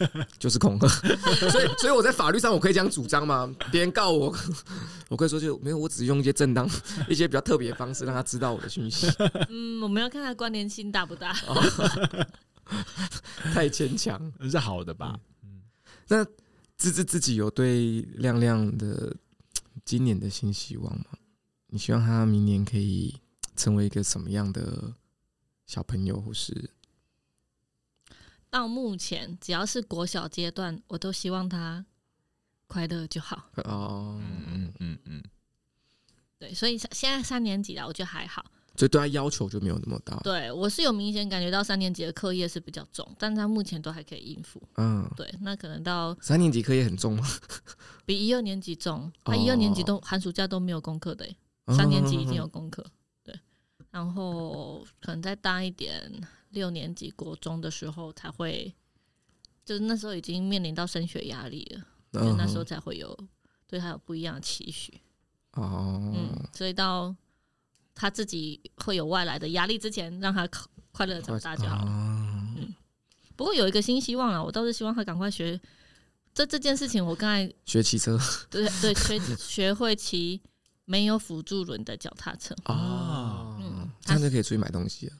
B: 就是恐吓， 所以所以我在法律上我可以这样主张吗？别人告我， 我可以说就没有，我只是用一些正当、 一些比较特别的方式让他知道我的讯息，
C: 嗯，我们要看他关联性大不大。
B: 太牵强。
A: 是好的吧？
B: 那芝芝自己有对亮亮的今年的新希望吗？你希望他明年可以成为一个什么样的小朋友，或是
C: 到目前，只要是国小阶段，我都希望他快乐就好。
B: 哦，
A: 嗯嗯嗯，
C: 对，所以现在三年级了，我觉得还好。
B: 所以对他要求就没有那么大。
C: 对我是有明显感觉到三年级的课业是比较重，但他目前都还可以应付。
B: 嗯，
C: 对，那可能到
B: 三年级课业很重吗？
C: 比一二年级重，
B: 哦嗯
C: 他一二年级都寒暑假都没有功课的欸、 三年级已经有功课。对，然后可能再大一点，六年级国中的时候才会，就是那时候已经面临到升学压力了，
B: 嗯，
C: 就
B: 嗯
C: 那时候才会有对他有不一样的期许。
B: 哦，
C: 嗯，所以到他自己会有外来的压力之前，让他快快乐地长大就好了。
B: 哦
C: 不过有一个新希望啊，我倒是希望他赶快学这这件事情。我刚才
B: 学骑车
C: 对对学学会骑没有辅助轮的脚踏车。
A: 哦
C: 嗯
B: 嗯，这样就可以出去买东西了。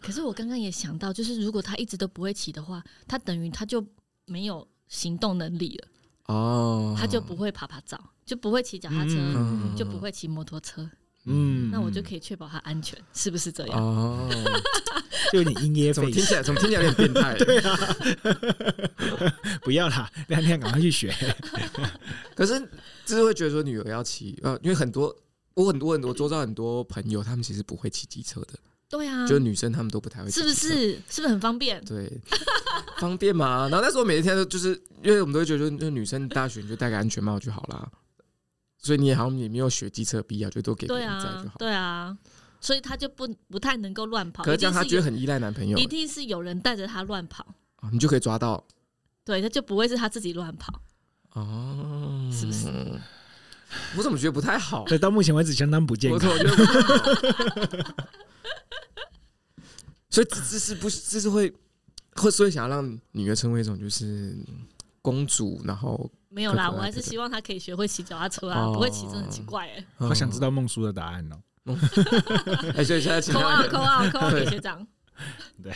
C: 可是我刚刚也想到，就是如果他一直都不会骑的话，他等于他就没有行动能力了，
B: 哦，
C: 他就不会爬爬照，就不会骑脚踏车，
A: 嗯
C: 就不会骑摩托车。
A: 嗯，
C: 那我就可以确保他安全，是不是这样？
B: 哦，
A: 就有点因噎
B: 怎么
A: 废
B: 听
A: 食，
B: 起来怎么听起来有点变态？对，
A: 不要啦，亮亮赶快去学。
B: 可是就是会觉得说女儿要骑，呃，因为很多我很多很多周遭很多朋友，他们其实不会骑机车的，
C: 对啊，
B: 就是女生她们都不太会，
C: 是不？是？是不是很方便？
B: 对， 方便嘛。然后那时候每一天都就是，因为我们都会觉得，就女生大学你就戴个安全帽就好啦。所以你也好像也没有学机车的必要，就都给别
C: 对
B: 人载
C: 啊
B: 就，好。
C: 对啊，所以他就不不太能够乱跑，
B: 可是
C: 一
B: 这样
C: 定
B: 她
C: 是
B: 觉得
C: 有
B: 很依赖男朋友
C: 一，定是有人带着他乱跑，
B: 哦你就可以抓到
C: 对，他就不会是他自己乱跑，
B: 哦，
C: 是不是？
B: 我怎么觉得不太好？
A: 对，到目前为止相当不健
B: 我
A: 康
B: 怎。么觉得不太好？所以这这是不这是会会所以想要让女儿成为一种就是公主，然后
C: 没有啦，
B: 可可爱
C: 我还是
B: 可可爱
C: 希望他可以学会骑脚踏车啊，
B: 哦
C: 不会骑真的很 奇怪哎、
A: 好想知道梦叔的答案哦。
B: 嗯哎，所以现在请
C: 扣
B: 她
C: 啊扣啊扣啊，
B: 对
C: 给 学长。
A: 对，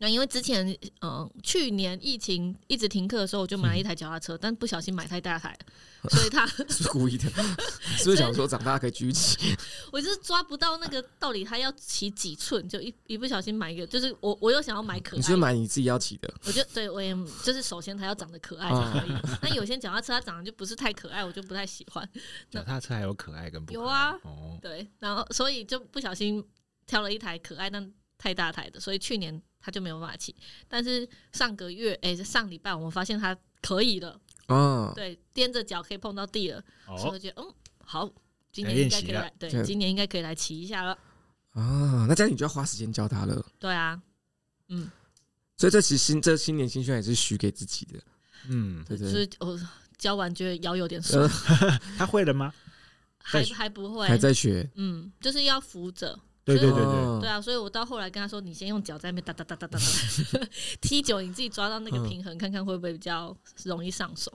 C: 那因为之前嗯、呃去年疫情一直停课的时候，我就买
B: 嗯
C: 了一台脚踏车，但不小心买太大台 了，所以他
B: 是故意的，是不是想说长大可以举起？
C: 我就是抓不到那个到底他要骑几寸，就一一不小心买一个，就是我我又想要买可
B: 你
C: 爱
B: 是
C: 的
B: 买你自己要骑的
C: 我觉得对我也就是首先它要长得可爱才可以，
B: 啊
C: 那有些脚踏车它长得就不是太可爱，我就不太喜欢。
A: 脚踏车还有可爱跟不可爱
C: 有啊，
A: 哦，
C: 对，然后所以就不小心挑了一台可爱但太大台的，所以去年它就没有办法骑。但是上个月哎、上礼拜我们发现它可以了，
B: 啊？
C: 对，踮着脚可以碰到地了，所以我
A: 哦，
C: 觉得嗯好，今
A: 来
C: 年应
A: 练
C: 该
A: 习
C: 可以
A: 了
C: 来，对
B: 这，
C: 今年应该可以来骑一下了。
B: 啊，那这样你就要花时间教他了。
C: 对啊，
B: 所以这其实新这新年新希望也是许给自己的，
A: 嗯，
B: 对
C: 就
B: 不对？
C: 是我教完觉得腰有点酸，
A: 他会了吗？
C: 还
A: 在
C: 还不
B: 还
C: 会，
B: 在学，
C: 嗯，就是要扶着。
A: 对对对对，
B: 哦
C: 对啊，所以我到后来跟他说，你先用脚在那边哒哒哒哒哒哒踢久，你自己抓到那个
A: 嗯
C: 平衡，看看会不会比较容易上手。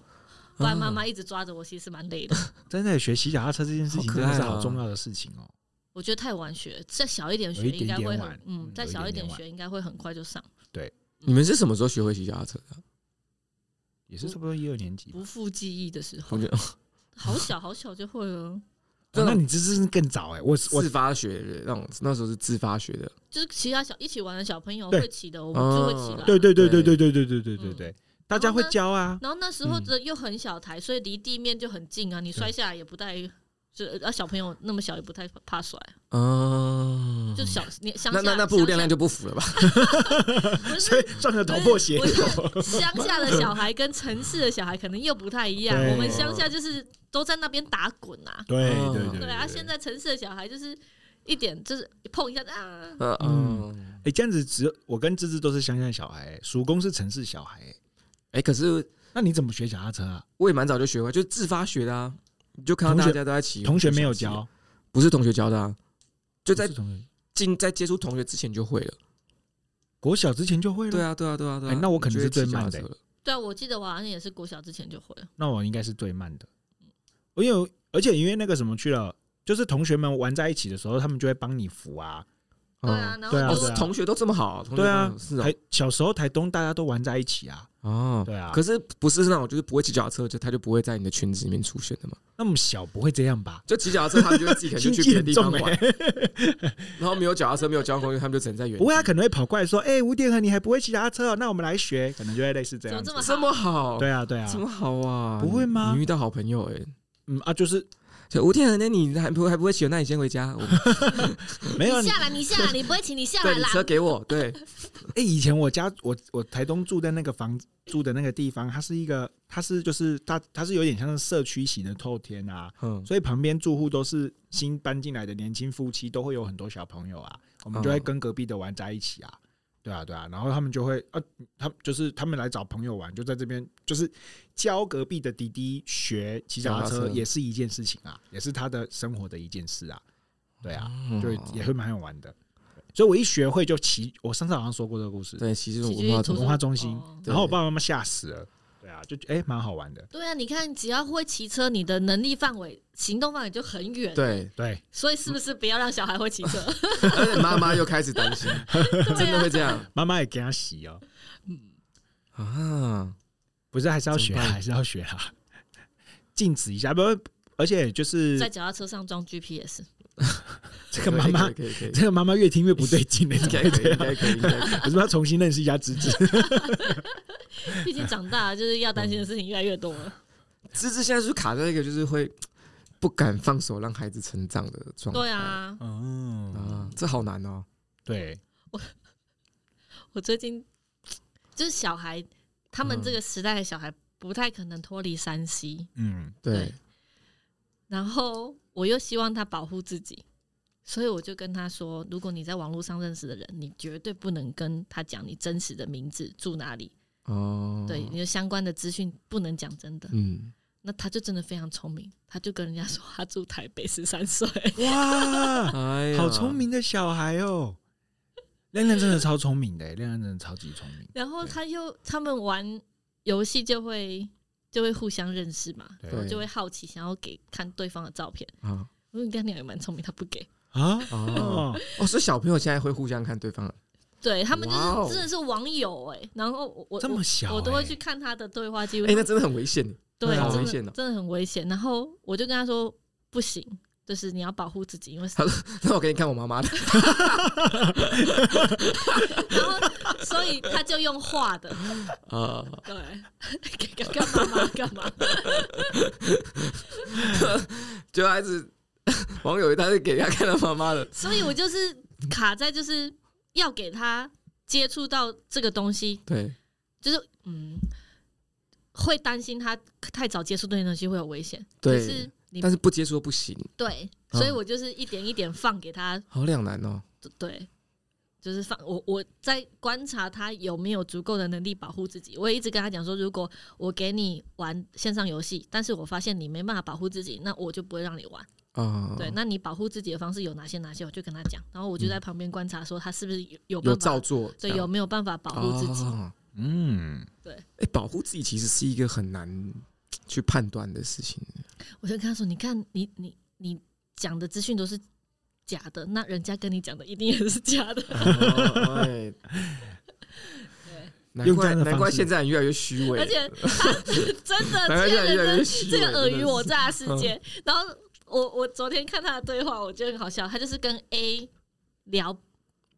C: 不然妈
A: 嗯
C: 妈一直抓着我，其实蛮累的。
A: 真的学习脚踏车这件事情
B: 好可
A: 真
B: 爱啊
A: 的是好重要的事情哦。
C: 我觉得太晚学，再小一点
A: 有
C: 学
A: 一点
C: 应该会
A: 点
C: 很
A: 晚，
C: 嗯，
A: 嗯
C: 再
A: 有一
C: 小一
A: 点
C: 点
A: 点晚
C: 学应该会很快就上。
A: 对，
B: 你们是什么时候学会骑脚踏车的啊？
A: 也是差不多一二年级吧。
C: 不负记忆的时候
B: 我，觉得
C: 好小好小就会了，
A: 哦那你这是更早哎，我我
B: 自发学的，那种那时候是自发学的，
C: 就是其他小一起玩的小朋友
A: 对嗯
C: 会骑的，我们就会骑了。
A: 对对对对
B: 对
A: 对对对对对对
C: 嗯
A: 对，大家会教啊。
C: 然后那时候
A: 嗯
C: 这又很小台，所以离地面就很近啊，你摔下来也不带，就啊小朋友那么小也不太怕摔，
B: 嗯，
C: 就小你乡下
B: 那那那不如
C: 乡
B: 亮
C: 下
B: 亮就不服了吧？
C: 不
A: 所以
C: 是
A: 撞得头破血
C: 不
A: 流，
C: 是乡下的小孩跟城市的小孩可能又不太一样，
A: 对
C: 我们乡下就是都在那边打滚啊，
A: 对
B: 嗯
A: 对对
C: 对啊，现在城市的小孩就是一点就是碰一下啊，
B: 嗯嗯，
A: 哎，这样子只有我跟芝芝都是乡下小孩，叔公是城市小孩，哎
B: 哎，可是
A: 那你怎么学脚踏车啊？
B: 我也蛮早就学会，就自发学的啊，你就看到
A: 同学
B: 大家都在骑，
A: 同学没有
B: 就想骑
A: 教，
B: 不是同学教的啊，就在
A: 不是同学
B: 进在接触同学之前就会了。
A: 国小之前就会了。
B: 对啊，对啊，对啊，对啊
A: 哎。那我可能是
B: 你就会
A: 最慢的
B: 骑脚踏车了
C: 对啊，我记得我好像也是国小之前就会了，
A: 那我应该是最慢的。我有，而且因为那个什么去了，就是同学们玩在一起的时候，他们就会帮你扶啊。
C: 对啊
B: 哦，
C: 然
A: 对啊
C: 后
A: 对
C: 就
A: 啊
B: 同学都这么好，同学
A: 对啊
B: 都是哦
A: 台小时候台东大家都玩在一起啊，
B: 哦，
A: 对啊
B: 可是不是那种就是不会骑脚踏车，就他就不会在你的圈子里面出现的嘛？
A: 那么小不会这样吧？
B: 就骑脚踏车，他们就会自己可能就去别的地方
A: 心机
B: 玩
A: 很，欸
B: 然后没有脚踏车，没有交通工具，他们就只能在原地。
A: 不会，他啊可能会跑过来说：“哎、吴典恒，你还不会骑脚踏车、哦？那我们来学。”可能就会类似这样子。
C: 怎么
B: 这么好，
A: 对啊，对啊
B: 这，么好啊，
A: 不会吗
B: 你遇到好朋友哎、
A: 嗯啊，就是
B: 小吴天恒，那你还不还不会骑？那你先回 家，我
A: 没有啊
C: 你
A: 你
C: 下来，你下来，你不会骑，你下来
B: 对你
C: 啦。
B: 车给我，对，
A: 哎、以前我家我我台东住的那个房子住的那个地方，它是一个，它是就是它它是有点像是社区型的透天啊，
B: 嗯，
A: 所以旁边住户都是新搬进来的年轻夫妻，都会有很多小朋友啊，我们就会跟隔壁的玩在一起啊，对啊对啊，然后他们就会啊，他就是他们来找朋友玩，就在这边就是教隔壁的弟弟学骑脚踏
B: 脚踏
A: 车，
B: 车
A: 也是一件事情啊，也是他的生活的一件事啊，对啊，
B: 嗯
A: 就也会蛮好玩的。所以我一学会就骑，我上次好像说过这个故事，
B: 对，其实
C: 骑
B: 文化
C: 去图
B: 中
C: 书
A: 文化中心
C: 哦
A: 然后我爸爸妈妈吓死了，对啊，就哎蛮、好玩的，
C: 对啊，你看，只要会骑车，你的能力范围、行动范围就很 远。，
B: 对，
A: 对，
C: 所以是不是不要让小孩会骑车？
B: 而且妈妈又开始担心，真的会这 样
A: 妈妈也给他洗哦，
B: 啊？
A: 不是，还是要学啊，
B: 怎么办
A: 还是要学啊， 禁止一下。不，而且就是
C: 在脚踏车上装 GPS，
A: 这个妈妈，
B: 可以可以，可以
A: 这个妈妈越听越不对劲了，
B: 应
A: 怎么
B: 该
A: 会
B: 可以，
A: 这
B: 应
A: 样
B: 该可以，应该可以。
A: 我是不是要重新认识一下芝芝？
C: 毕竟长大了就是要担心的事情越来越多了。
B: 芝芝现在是卡在一个就是会不敢放手让孩子成长的状态，
C: 对啊，
A: 嗯，
B: 啊，这好难哦。
A: 对，
C: 我最近就是小孩，他们
B: 嗯
C: 这个时代的小孩不太可能脱离山西，
A: 嗯，
B: 对，
C: 然后我又希望他保护自己。所以我就跟他说，如果你在网络上认识的人，你绝对不能跟他讲你真实的名字、住哪里，
B: 哦，
C: 对，你的相关的资讯不能讲真的。
B: 嗯，
C: 那他就真的非常聪明，他就跟人家说他住台北十三岁，
A: 哇，
B: 哎呀
A: 好聪，明的小孩哦。亮亮真的超聪明的欸，亮亮真的超级聪明。
C: 然后他又他们玩游戏就会就会互相认识嘛，
A: 对
C: 然后就会好奇想要给看对方的照片。
B: 啊
C: 我说你亮亮也蛮聪明，他不给，
A: 啊，
B: 哦
A: 哦，
B: 哦，所以小朋友现在会互相看对方了，
C: 对他们就
B: 哇哦
C: 是真的是网友哎、然后我我
A: 这么小欸，
C: 我我都会去看他的对话记录，
B: 哎，那真的很危险，
C: 对，
A: 对啊
C: 真的
B: 危险哦
C: 真的很危险。然后我就跟他说不行，就是你要保护自己，因 为
B: 他那我给你看我妈妈 的，
C: 然后所以他就用画的，
B: 啊，
C: 对，给干干嘛嘛干嘛。
B: 就孩子网友他是给他看到妈妈 的，
C: 所以我就是卡在就是要给他接触到这个东西，
B: 对，
C: 就是嗯，会担心他太早接触这些东西会有危险。
B: 对
C: 可是你
B: 但是不接触不行，
C: 对，
B: 嗯
C: 所以我就是一点一点放给他，
B: 好两难哦。
C: 对，就是放我我在观察他有没有足够的能力保护自己。我也一直跟他讲说，如果我给你玩线上游戏，但是我发现你没办法保护自己，那我就不会让你玩。
B: 啊，
C: 对，那你保护自己的方式有哪些？哪些？我就跟他讲，然后我就在旁边观察，说他是不是有有
B: 有
C: 办法
B: 照做，
C: 对，
B: 这样
C: 有没有办法保护自己？
B: 哦
A: 嗯，
B: 哎，保护自己其实是一个很难去判断的事 情。
C: 我就跟他说：“你看，你你你讲的资讯都是假的，那人家跟你讲的一定也是假的。
B: 哦哎哦哎难
A: 用这
B: 怪
A: 样的
B: 难怪
A: 方式
B: 现在人越来越虚伪，
C: 而且他真的
B: 难怪现在
C: 这
B: 越
C: 个
B: 来
C: 人
B: 越
C: 的
B: 虚伪
C: 这个
B: 真的
C: 尔虞
B: 是嗯
C: 我诈事件，然后我我昨天看他的对话，我觉得很好笑，他就是跟 A 聊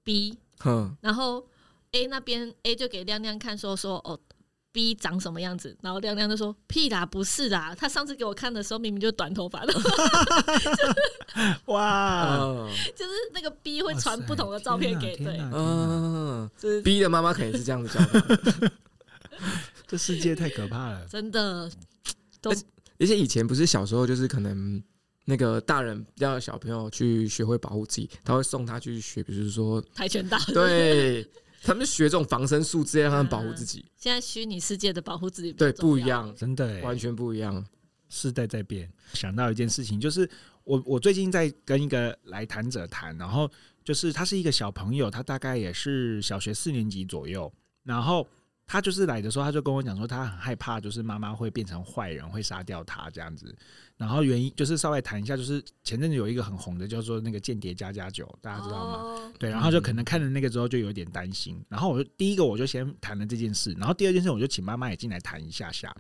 C: B，
B: 哼，
C: 然后 A 那边 A 就给亮亮看说说哦。B 长什么样子？然后亮亮就说：“屁啦，不是啦，他上次给我看的时候明明就短 头发，然后
A: 哇，
B: 嗯
C: 就是那个 B 会传不同的照片给
A: 哇塞
C: 对
A: 天，哪天哪
B: 嗯
C: 就是
B: ，B 的妈妈可能也是这样子教的，
A: 这世界太可怕了。
C: 真的都
B: 而且而且以前不是小时候就是可能那个大人要小朋友去学会保护自己，他会送他去学，比 如说
C: 跆拳道。，
B: 对，他们学这种防身术之类，让他们保护自己，
C: 现在虚拟世界的保护自己比较
B: 对，不一
C: 重要，
B: 样，
A: 真的、欸，
B: 完全不一样，
A: 世代在变。想到一件事情，就是我我最近在跟一个来谈者谈，然后就是他是一个小朋友，他大概也是小学四年级左右，然后。他就是来的时候，他就跟我讲说，他很害怕，就是妈妈会变成坏人，会杀掉他这样子。然后原因就是稍微谈一下，就是前阵子有一个很红的叫做那个《间谍加加酒》，
B: 啊
A: 大家知道吗？
C: 哦
A: 对，然后就可能看了那个之后就有点担心。然后我就第一个我就先谈了这件事，然后第二件事我就请妈妈也进来谈一下下。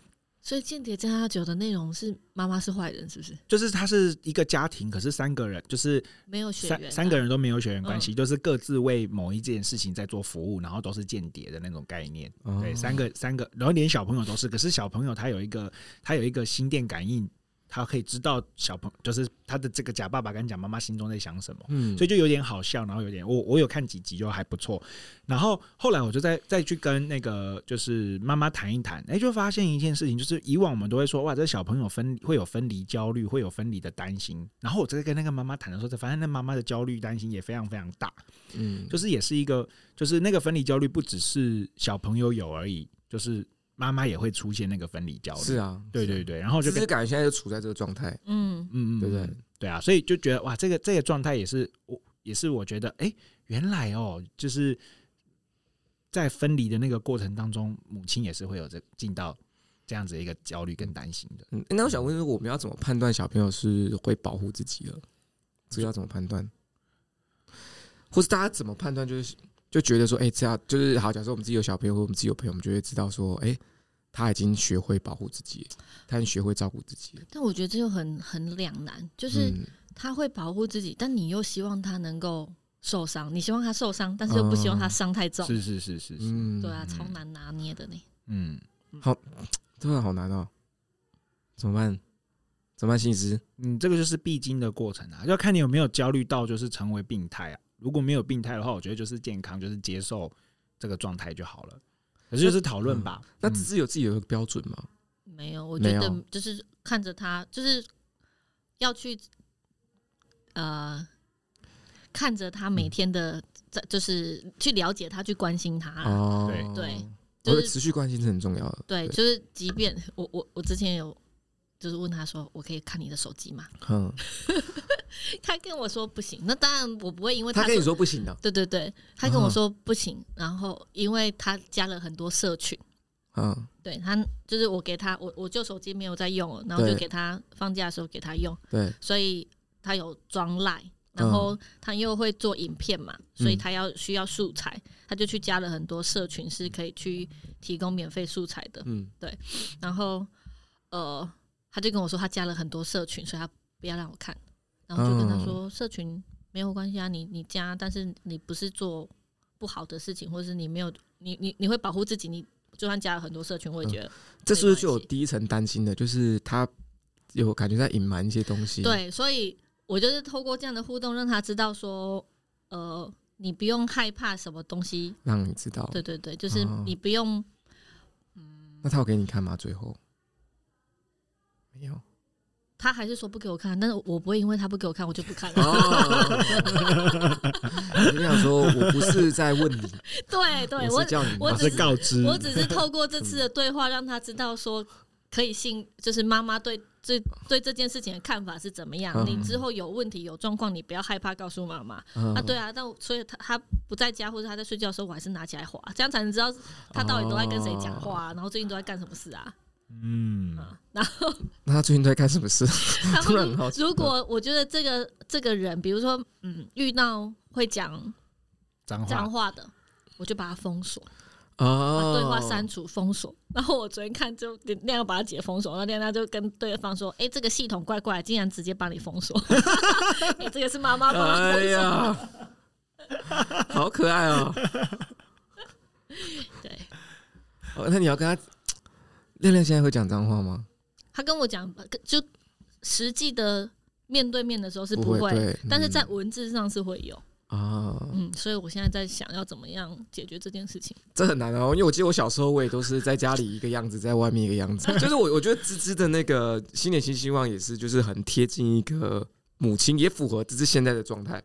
C: 所以《间谍加加酒》的内容是妈妈是坏人，是不是？
A: 就是他是一个家庭，可是三个人就是
C: 没有血缘啊、
A: 三三个人都没有血缘关系，
C: 嗯
A: 就是各自为某一件事情在做服务，然后都是间谍的那种概念。对，
B: 哦
A: 三个三个，然后连小朋友都是，可是小朋友他有一个他有一个心电感应，他可以知道小朋就是他的这个假爸爸跟假妈妈心中在想什么。
B: 嗯
A: 所以就有点好笑，然后有点我我有看几集就还不错，然后后来我就再再去跟那个就是妈妈谈一谈，哎、就发现一件事情，就是以往我们都会说哇，这小朋友分会有分离焦虑，会有分离的担心，然后我在跟那个妈妈谈的时候，才发现那妈妈的焦虑担心也非常非常大，
B: 嗯
A: 就是也是一个就是那个分离焦虑不只是小朋友有而已，就是妈妈也会出现那个分离焦虑，
B: 是啊，
A: 对对对，然后就
B: 只
A: 跟
B: 是感觉现在就处在这个状态，
C: 嗯，
A: 嗯，嗯
B: 对不对
A: 嗯对啊，所以就觉得哇，这个这个状态也是我也是我觉得，哎、原来哦，就是在分离的那个过程当中，母亲也是会有这进到这样子一个焦虑跟担心的。
B: 嗯，诶那我想问，我们要怎么判断小朋友是会保护自己的？这个要怎么判断？或是大家怎么判断？就是就觉得说，哎、这样就是好。假设我们自己有小朋友，或我们自己有朋友，我们就会知道说，哎、他已经学会保护自己，他已经学会照顾自己了。嗯
C: 但我觉得这就很很两难，就
B: 就是
A: 嗯
C: 他会保护自己，但你又希望他能够受伤，你希望他受伤，但是又不希望他伤太重，
A: 嗯是是是是是，
B: 嗯
C: 对啊，
A: 嗯
C: 超难拿捏的呢。
A: 嗯，
B: 对啊，好难哦、怎么办？怎么办？心理师，
A: 你嗯这个就是必经的过程啊，要看你有没有焦虑到就是成为病态啊。如果没有病态的话，我觉得就是健康，就是接受这个状态就好了。可是就是讨论吧，
B: 那
A: 嗯
B: 只是有自己有一个标准吗？
C: 没有，我
B: 没
C: 觉
B: 有
C: 得就是看着他，就是要去呃看着他
A: 嗯
C: 每天的，在就是去了解他，去关心他啦。
B: 哦，
A: 对
C: 啊对，
B: 我觉
C: 就
B: 得
C: 是
B: 持续关心是很重要的。
C: 对，就是即便我我我之前有就是问他说，我可以看你的手机吗？
B: 嗯，
C: 他跟我说不行。那当然我不会因为
B: 他跟你嗯
C: 说，
B: 说不行的
C: 对对对，他跟我说不行。然后因为他加了很多社群，
B: 嗯，
C: 对他就是我给他我我旧手机没有在用了，然后
B: 对
C: 就给他放假的时候给他用，
B: 对，
C: 所以他有装赖。然
B: 嗯
C: 后他又会做影片嘛，所以他要需要素材，他就去加了很多社群是可以去提供免费素材的。
B: 嗯，
C: 然后呃，他就跟我说他加了很多社群，所以他不要让我看。然后我就跟他
B: 嗯
C: 说，社群没有关系啊，你你加，但是你不是做不好的事情，或者是你没有你你你会保护自己，你就算加了很多社群，我
B: 嗯
C: 也觉得、
B: 这是不是就有
C: 没关系
B: 第一层担心的，就是他有感觉在隐瞒一些东西？，
C: 对，所以我就是透过这样的互动，让他知道说，呃，你不用害怕什么东西，
B: 让你知道。
C: 对对对，就是
B: 哦
C: 你不用。
B: 那他有给你看吗？最后没有。
C: 他还是说不给我看，但是我不会因为他不给我看，我就不看了。
B: 哦，我就想说，我不是在问你，
C: 对 对，
B: 我
C: 我
B: 是叫你，
C: 我
A: 我
C: 只
A: 是
C: 是
A: 告知，
B: 嗯
C: 我只是透过这次的对话，让他知道说可以信，就是妈妈对对对这件事情的看法是怎么样。
B: 嗯
C: 你之后有问题有状况，你不要害怕告诉妈妈
B: 啊
C: 啊。对啊，但我所以他他不在家或者他在睡觉的时候，我还是拿起来划，这样才能知道他到底都在跟谁讲话、啊
B: 哦
C: 然后最近都在干什么事啊。
A: 嗯，
C: 啊 然后
B: 那他最近在干什么 事？
C: 然
B: 突然很
C: 后
B: 好奇
C: 如果我觉得这个这个人，比如说嗯，遇到会讲
A: 脏话
C: 脏话的，我就把他封锁。
B: 哦
C: 把啊对话删除封锁。然后我昨天看就那样把它解封锁，那亮亮就跟对方说：“哎、这个系统怪怪，竟然直接帮你 封锁。哎这个是妈妈帮我
B: 哎
C: 封锁。
B: 呀，好可爱哦、
C: 对
B: 哦那你要跟他，亮亮现在会讲脏话吗？
C: 他跟我讲，就实际的面对面的时候是
B: 不
C: 不会，
B: 对，
C: 但是
B: 嗯
C: 在文字上是会有。
B: 啊，
C: 嗯，所以我现在在想要怎么样解决这件事情。
B: 这很难哦、因为我记得我小时候我也都是在家里一个样子，在外面一个样子。就是我我觉得芝芝的那个新年新希望也是，就是很贴近一个母亲，也符合芝芝现在的状态，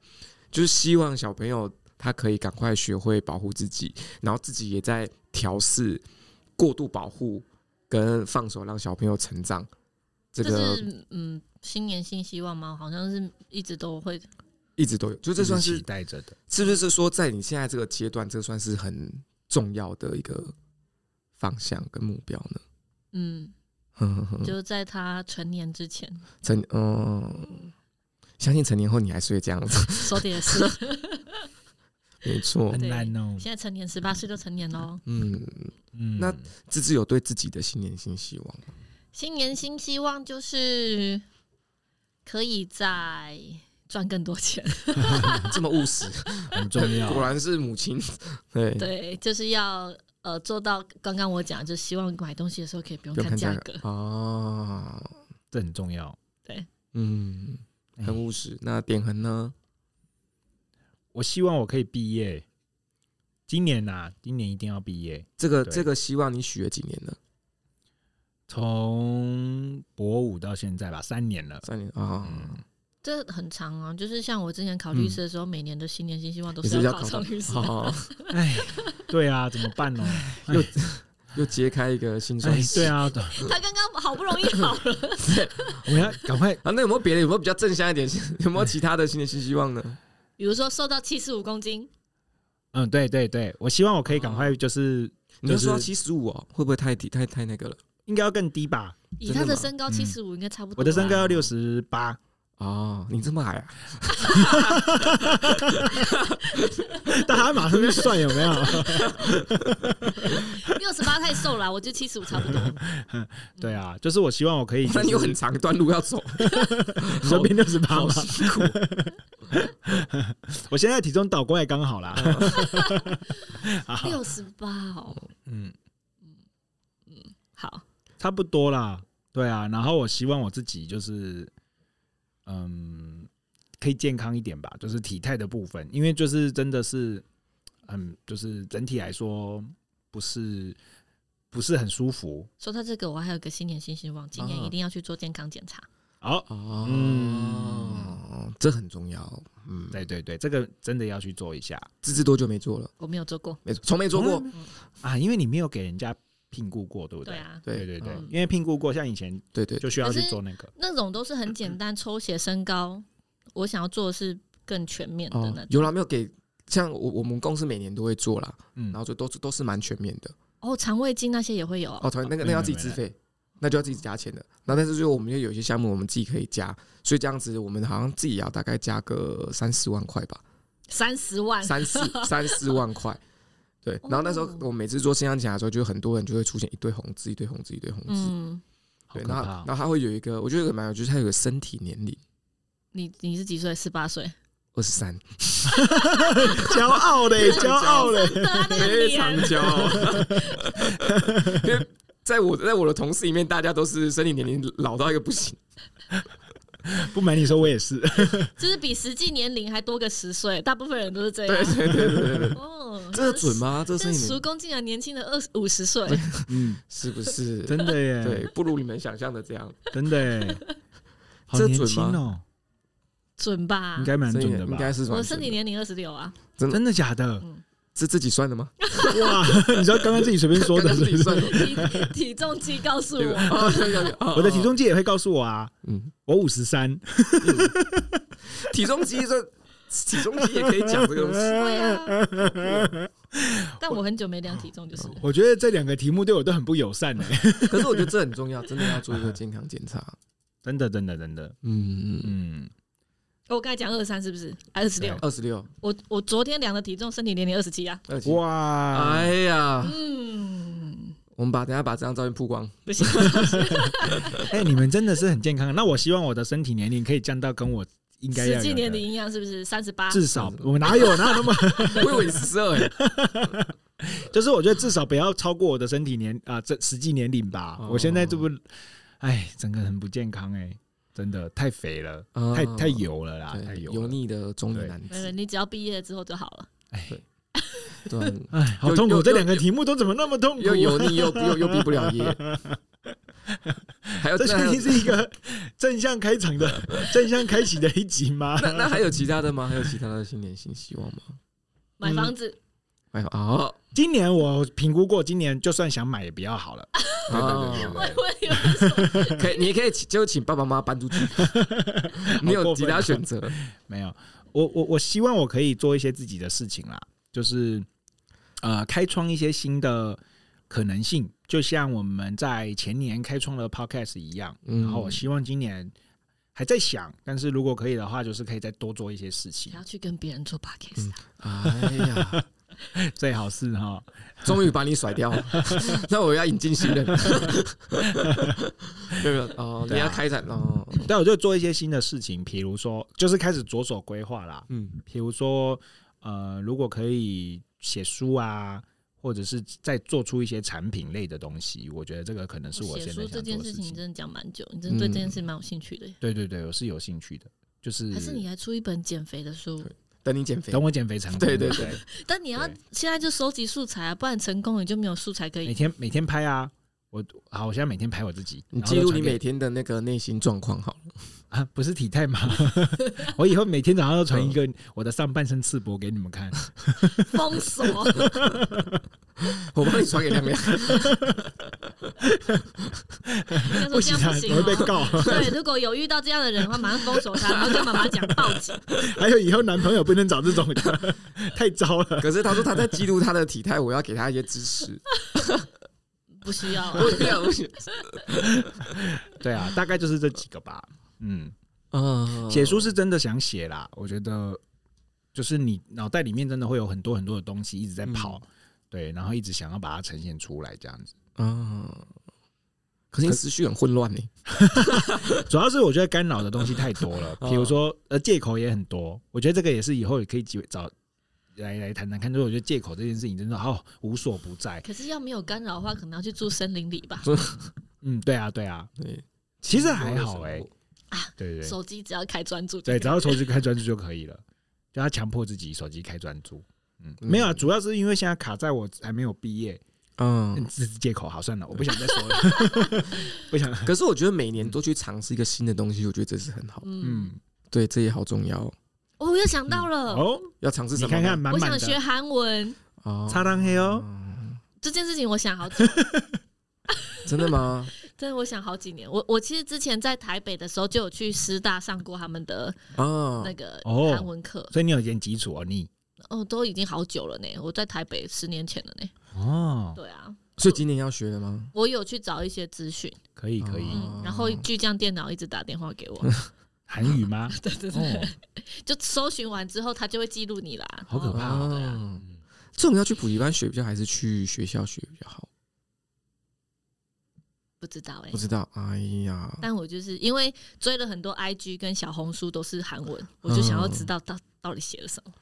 B: 就是希望小朋友他可以赶快学会保护自己，然后自己也在调试过度保护跟放手让小朋友成长。这个
C: 是嗯，新年新希望吗？好像是一直都会
B: 一直都有，就这算
A: 期
B: 是
A: 待着的。
B: 是不是说在你现在这个阶段，这算是很重要的一个方向跟目标呢？
C: 嗯，
B: 哼哼哼
C: 就在他成年之前，
B: 成嗯，相信成年后你还是会这样子，
C: 说的 也是。
B: 没错。
A: 很难哦。
C: 现在成年十八岁就成年喽。
B: 嗯，
A: 嗯，
B: 那芝芝有对自己的新年新希望吗
C: 新年新希望就是可以再赚更多钱。
B: 这么务实，
A: 很重要。
B: 果然是母亲。对，
C: 对，就是要呃做到刚刚我讲，就希望买东西的时候可以不用
B: 不用
C: 看
B: 看
C: 价
B: 价
C: 格
B: 格。哦，
A: 这很重要。
B: 嗯，
A: 哎
B: 很务实。那点恒呢？
A: 我希望我可以毕业，今年呐，今年一定要毕业。
B: 这个
A: 对
B: 这个希望你许了几年了？
A: 从博五到现在吧，三年了。
B: 三年啊，
A: 嗯
C: 这很长啊，就是像我之前考律师的时候，每年的新年新希望都
B: 你是不是
C: 是要
B: 要
C: 考上律师。
B: 哦，
A: 哎，对啊，怎么办 呢？
B: 又又揭开一个新
A: 哎
B: 双，
A: 对啊，
C: 他刚刚好不容易好了，
A: 我们要赶快
B: 啊，那有没有别的？有没有比较正向一点？ 有没有其他的新年新希望呢？
C: 比如说瘦到七十五公斤，
A: 嗯，对对对，我希望我可以赶
B: 哦
A: 快，就是
B: 你就说
A: 就是
B: 七十五哦，会不会太低太太那个了？
A: 应该要更低吧。
C: 以
B: 真的
C: 他的
B: 吗
C: 身高
A: 嗯
C: 七十五应该差不多吧。
A: 我的身高要六十八，
B: 哦，你这么矮啊？
A: 哎大家马上就算有没有？
C: 六十八太瘦了啊，我就七十五差不多。
A: 对啊，就是我希望我可以、
B: 那
A: 就是，
B: 你有很长一段路要走，
A: 你说变六十八
B: 好
A: 吗？
B: 辛苦。
A: 我现在体重倒过来刚好 啦。
B: 嗯
C: 六十八哦，
A: 嗯，
C: 好，
A: 差不多啦。对啊，然后我希望我自己就是，嗯，可以健康一点吧，就是体态的部分，因为就是真的是，嗯，就是整体来说不是不是很舒服。
C: 说到这个，我还有个新年新希望，今年
B: 啊
C: 一定要去做健康检查。
A: 好、
B: 哦，这很重要。嗯，
A: 对对对，这个真的要去做一下
B: 芝芝多久没做了？
C: 我没有做过，
B: 没从没做过。
A: 啊，因为你没有给人家评估过，对不
C: 对
A: 对？
C: 啊，
A: 对对对
B: 嗯，
A: 因为评估过，像以前
B: 对对，
A: 就需要去做那个。
C: 那种都是很简
B: 嗯
C: 单，抽血身高。我想要做的是更全面的
B: 哦
C: 那，种。
B: 有啦，没有给。像我我们公司每年都会做啦，
A: 嗯
B: 然，后就都是都是蛮全面的。
C: 哦，肠胃镜那些也会有哦。
B: 哦，同那个那个要自己自费，那就要自己加钱的。那但是就我们就有一些项目我们自己可以加，所以这样子我们好像自己要大概加个三四万块吧。
C: 三十万，
B: 三四三四万块。对，然后那时候
C: 哦
B: 我每次做线上检查的时候，就很多人就会出现一堆红字，一堆红字，一堆红字。
C: 嗯，
A: 好
B: 对，
A: 可
B: 然后
A: 怕哦
B: 然后他会有一个，我觉得有个蛮有趣，就是他有个身体年龄
C: 你你是几岁？十 八岁，
B: 二十三，
A: 骄傲嘞，骄 傲嘞，
C: 真的啊，那个脸，
B: 骄傲。 因为在我在我的同事里面，大家都是身体年龄老到一个不行。
A: 不瞒你说，我也是。
C: 就是比实际年龄还多个十岁，大部分人都是这
B: 对
C: 样。
B: 对对对 对对，
C: 哦，
B: 这个准？吗？这个身
C: 但
B: 体
C: 叔
B: 年龄
C: 公竟然年轻的二五十岁，
A: 嗯，
B: 是不 是？
A: 真的耶，
B: 对，不如你们想象的这样，
A: 真 的欸耶，好
B: 这
A: 年
B: 准
A: 轻哦，
C: 准吧？
A: 应该蛮
B: 身体
A: 准的
B: 应
A: 吧？
B: 该是
C: 我
B: 蛮
C: 身
B: 准
C: 体
B: 的
C: 年龄二十六啊，
A: 真的假 的？
C: 嗯，
B: 是自己算的吗？
A: 哇， 你知道刚刚自己随便说
B: 刚
A: 的
B: 刚
A: 是不
B: 自己
A: 是，
B: 算的。
C: 体体重计 告诉 我，
B: 哦有有有哦
A: 我的体重计也会告诉我啊，
B: 嗯，
A: 我五十三，
B: 体重机这体重机也可以讲这个东西。
C: 对啊。 但我很久没量体重，
B: 哦
C: 就是
A: 我觉得这两个题目对我都很不友善欸呢。
B: 可是我觉得这很 重要，真的要做一个健康检查。
A: 真的，真的，真的，
B: 嗯嗯嗯。
A: 嗯，
C: 哦我刚才讲二三是不是？还二十六
A: 对？
B: 二十六，
C: 我我昨天量的体重，身体年龄二十七啊。
B: 二七。
A: 哇，
B: 哎呀，
C: 嗯，
B: 我们把等一下把这张照片曝光。
C: 不行，
A: 哎，你们真的是很健康。那我希望我的身体年龄可以降到跟我应该要
C: 实
A: 有的
C: 际年龄一样是不是？三十八。
A: 至 少我哪有哪有那么，
B: 我以为你十二哎，
A: 就是我觉得至少不要超过我的身体年啊，这实际年龄吧。
B: 哦
A: 我现在这不，哎，整个很不健康哎，真的太肥了，
B: 啊
A: 太太油了啦，
B: 对
A: 太油了
B: 油，腻的中年男
C: 没有，
B: 子，
C: 你只要毕业之后就好了。
B: 对啊，
A: 哎，好
B: 又
A: 痛苦。
B: 又
A: 这两个题目都怎么那么痛苦
B: 又
A: 啊？
B: 油腻又又又毕不了业，还有
A: 这
B: 那还
A: 确定
B: 有
A: 是一个正向开场的正向开启的一集吗？
B: 那那还有其他的吗？还有其他的新年新希望吗？
C: 买房子，
A: 嗯
B: 还有哦，
A: 今年我评估过，今年就算想买也比较好了。对对对
B: 哦
C: 我
A: 对
C: 以为你们
B: 可以，你也可以请就请爸爸妈妈 搬出去，你有其他选择
A: 没有，我我我希望我可以做一些自己的事情啦，就是呃，开创一些新的可能性，就像我们在前年开创了 Podcast 一样。
B: 嗯
A: 然后我希望今年还在想，但是如果可以的话，就是可以再多做一些事情
C: 你，要去跟别人做 podcast
A: 嗯
C: 啊。
B: 哎呀，
A: 最好是哈。
B: 终于把你甩掉， 那我要引进新人，没有没有哦，你
A: 对啊
B: 要开展哦，
A: 但我就做一些新的事情，比如说，就是开始着手规划啦。
B: 嗯，
A: 比如说，呃，如果可以写书啊，或者是再做出一些产品类的东西，我觉得这个可能是我
C: 哦写
A: 现在
C: 书
A: 想做的
C: 这件事
A: 事
C: 情
A: 情。
C: 真的讲蛮久，你真的对这件事蛮有兴趣的耶。
A: 对对对，我是有兴趣的，就是
C: 还是你还出一本减肥的书？
B: 等你减肥
A: 等，我减肥成功，
B: 对对
A: 对，
C: 但你要
A: 对
C: 现在就收集素材啊，不然成功你就没有素材可
A: 每
C: 以。
A: 天每天拍啊。我好，我现在每天拍我自己，
B: 你
A: 然后
B: 记录
A: 就
B: 你
A: 传给
B: 每天的那个内心状况好了，
A: 啊，不是体态吗？ 我以后每天早上都传一个我的上半身赤膊给你们看。
C: 封锁，
A: 哎
B: 我帮你传给亮亮，
C: 应该
A: 不
C: 说这
A: 行
C: 样
A: 啊
C: 不，行
A: 我会被
C: 哦。
A: 告。
C: 对，如果有遇到这样的人的话，马上封锁他，然后跟妈妈讲报警。
A: 还有以后男朋友不能找这种的， 太糟了。
B: 可是他说他在记录他的体态，我要给他一些支持，
C: 不需要、啊
B: 我，不要，我不要
A: 对啊，大概就是这几个吧。嗯，
B: 嗯
A: 写书是真的想写啦，我觉得就是你脑袋里面真的会有很多很多的东西一直在
C: 嗯
A: 跑，对，然后一直想要把它呈现出来这样子。
B: 啊，可是你思绪很混乱呢。
A: 主要是我觉得干扰的东西太多 了，
B: 哦
A: 比如说呃借口也很多，我觉得这个也是以后也可以机会找来来谈谈看。就是我觉得借口这件事情真的哦无所不在。
C: 可是要没有干扰的话，可能要去住森林里吧。
A: 嗯，对啊，对啊，
B: 对，
A: 其实还好
C: 嗯
A: 哎、对对对
C: 手机只要开专注就可
A: 对，
C: 以，
A: 只要手机开专注就可以了，就他强迫自己手机开专注。嗯，没有啊，
B: 嗯
A: 主要是因为现在卡在我还没有毕业，嗯，
B: 嗯。
A: 这是借口，好算了，我不想再说了，不想。
B: 可是我觉得每年都去尝试一个新的东西，我觉得这是很好。
C: 嗯，
A: 嗯，
B: 对，这也好重要哦，
C: 哦我又想到了，
A: 哦，
B: 要尝试什
A: 你
B: 么
A: 看
B: 呢？
A: 看满
C: 我
A: 满
C: 想学
A: 的
C: 韩文
B: 哦嗯
A: 擦浪黑哦，
C: 这件事情，我想好久，
B: 真的吗？
C: 真的我想好几年。我我其实之前在台北的时候就有去师大上过他们的
B: 啊
C: 那，个
A: 哦
C: 韩文课，
A: 所以你有点基础哦，你
C: 哦，都已经好久了呢。我在台北十年前了呢。
A: 哦，
C: 对啊，
B: 所以今年要学的吗？
C: 我有去找一些资讯，
A: 可以可以，
C: 嗯
B: 哦，
C: 然后巨匠电脑一直打电话 给我，
A: 韩语吗？
C: 对对对，
A: 哦，
C: 就搜寻完之后他就会记录你啦。
A: 好可怕哦
C: 对啊，
B: 啊，这种要去补习班学比较，还是去学校学比较好？
C: 不知道哎
B: 不。知道，哎呀，
C: 但我就是因为追了很多 IG 跟小红书都是韩文，我就想要
B: 嗯
C: 知道到到底写了什么。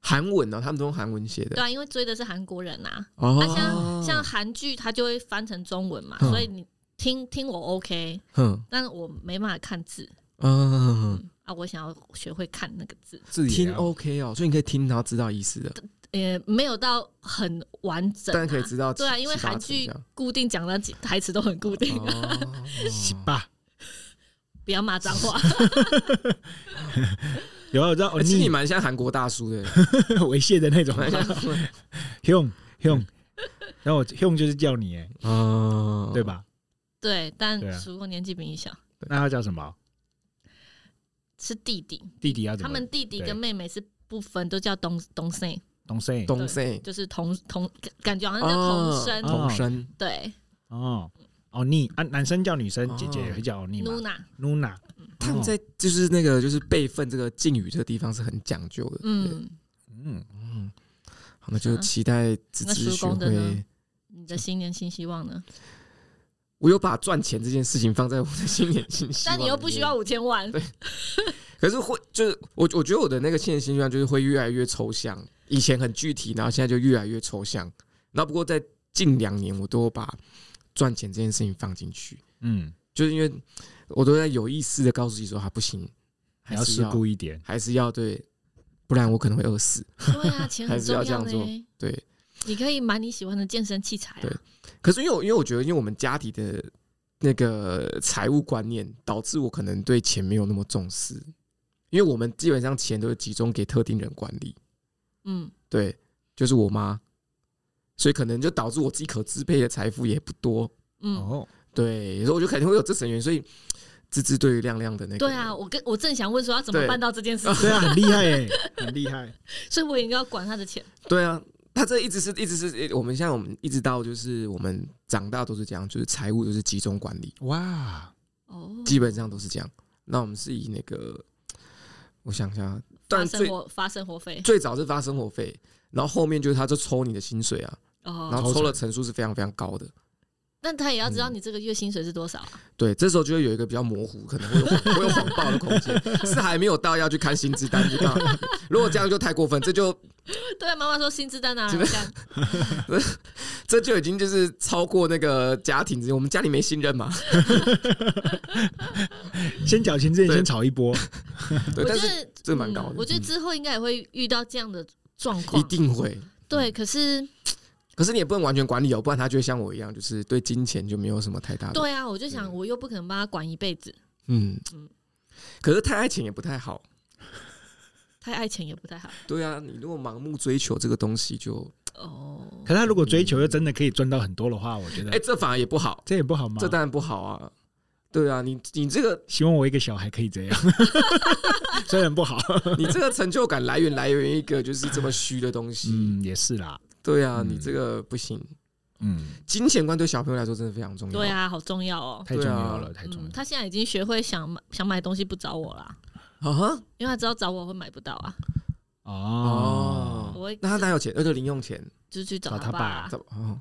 B: 韩文哦，他们都用韩文写
C: 对
B: 的
C: 啊，因为追的是韩国人啊，
B: 哦
C: 那、像像韩剧它就会翻成中文嘛，
B: 嗯
C: 所以你听听我 OK，
B: 嗯
C: 但是我没办法看字
B: 嗯，
C: 嗯啊，我想要学会看那个字，
A: 自己
B: 听 OK 哦，所以你可以听，然后知道意思的，
C: 也呃没有到很完整、啊，
B: 但可以知道七。
C: 对啊，因为
B: 七八
C: 韩
B: 成
C: 剧
B: 这样
C: 固定讲的几台词都很固定，
B: 哦
A: 吧？
C: 不要骂脏 话。
A: 有啊，让
B: 欸
A: 我
B: 其实你
A: 你
B: 蛮像韩国大叔的，
A: 猥亵的那种
B: 蛮像
A: ，Hyung Hyung，然后我 Hyung 就是叫你，哎，
B: 啊
A: 对？吧？
C: 对，但
A: 对啊
C: 叔公年纪比你小，
A: 那他叫什么？
C: 是弟弟，
A: 弟弟要怎
C: 他
A: 么？
C: 们弟弟
A: 对
C: 跟妹妹是不分，都叫东东生，
A: 懂谁？
B: 东森
C: 就是同同，感觉好像叫同生。
A: 哦
B: 同声
C: 对
A: 哦。哦，你啊，男生叫女生，姐姐
B: 哦
A: 也会叫欧尼吗
C: ，Luna，
A: ？Luna，
B: 他们在就是那个就是辈分这个敬语这个地方是很讲究的。对，
C: 嗯，
A: 嗯，
B: 嗯，好，那就期待自
C: 那
B: 己
C: 啊叔
B: 学
C: 公的
B: 会
C: 呢。你的新年新希望呢？
B: 我有把赚钱这件事情放在我的新年新希望，
C: 但你又不需要。五千万，
B: 可是会就是我，我觉得我的那个新年新希望就是会越来越抽象，以前很具体，然后现在就越来越抽象。然后不过在近两年，我都把赚钱这件事情放进去，
A: 嗯，
B: 就是因为我都在有意识的告诉自己说，啊，不行，
A: 还
B: 还
A: 要
B: 是
A: 世
B: 要
A: 故一点。
B: 还是要对，不然我可能会饿死。
C: 对啊，钱很
B: 还是
C: 重
B: 要这
C: 要
B: 样
C: 呢、
B: 做对，
C: 你可以买你喜欢的健身器材
B: 对
C: 啊，
B: 可是因为我因为我觉得，因为我们家庭的那个财务观念，导致我可能对钱没有那么重视，因为我们基本上钱都是集中给特定人管理，
C: 嗯，
B: 对，就是我妈，所以可能就导致我自己可支配的财富也不多，
C: 嗯，
A: 哦，
B: 对，所以我就肯定会有这层原因，所以芝芝对于亮亮的那个，
C: 对啊，，我跟我正想问说要怎么
B: 对
C: 办到这件事，
A: 对啊，很厉害哎，很厉害。
C: 所以我也应该要管他的钱。
B: 对啊，他这一直是一直是我们像我们一直到就是我们长大都是这样，就是财务都是集中管理。
A: 哇，
C: 哦，
B: 基本上都是这样。那我们是以那个，我想一下，啊
C: 发
B: 但
C: 生
B: 最
C: 活发生活费
B: 最早是发生活费，然后后面就是他就抽你的薪水啊，然
C: 哦，
B: 后抽的层数是非常非常高的。
C: 但他也要知道你这个月薪水是多少啊？
B: 对，这时候就会有一个比较模糊，可能会有 会有谎报的空间，是还没有到要去看薪资单就干嘛。 如果这样就太过分，这就嗯
C: 对啊，妈妈说薪资单拿
B: 这
C: 来
B: 个
C: 看，
B: 这就已经就是超过那个家庭之间，我们家里没信任嘛。
A: 先缴钱之前
B: 对
A: 先炒一波，
B: 对，
C: 我
B: 但
C: 觉
B: 是
C: 得
B: 这个蛮高的
C: 嗯我觉得之后应该也会遇到这样的状
B: 一
C: 况，
B: 定会。
C: 对。可是，
B: 可是你也不能完全管理哦，不然他就会像我一样，就是对金钱就没有什么太大的
C: 对啊，我就想，我又不可能帮他管一辈子，
B: 嗯
C: 嗯，
B: 可是太爱钱也不太好。
C: 太爱钱也不太好。
B: 对啊，你如果盲目追求这个东西就，
C: 哦，
A: 可是他如果追求又真的可以赚到很多的话，我觉
B: 哎、
A: 得
B: 这反而也不好，
A: 这也不好吗
B: 这？当然不好啊。对啊，你你这个
A: 希望我一个小孩可以这样，虽然不好，
B: 你这个成就感来源来源于一个就是这么虚的东西。
A: 嗯，也是啦，
B: 对啊，
A: 嗯
B: 你这个不行。
A: 嗯，
B: 金钱观对小朋友来说真的非常重要。
C: 对，啊，好重要哦。
A: 太重要了，太重要
C: 嗯，
A: 了。
C: 他现在已经学会想买想买东西不找我啦，
B: 啊哈
C: 因为他知道找我会买不到啊，
A: 哦，
B: 哦，
C: 我会
B: 那他哪有钱？那就零用钱。
C: 就去找
A: 找他
C: 爸
A: 爸
C: 啊。
B: 怎么哦，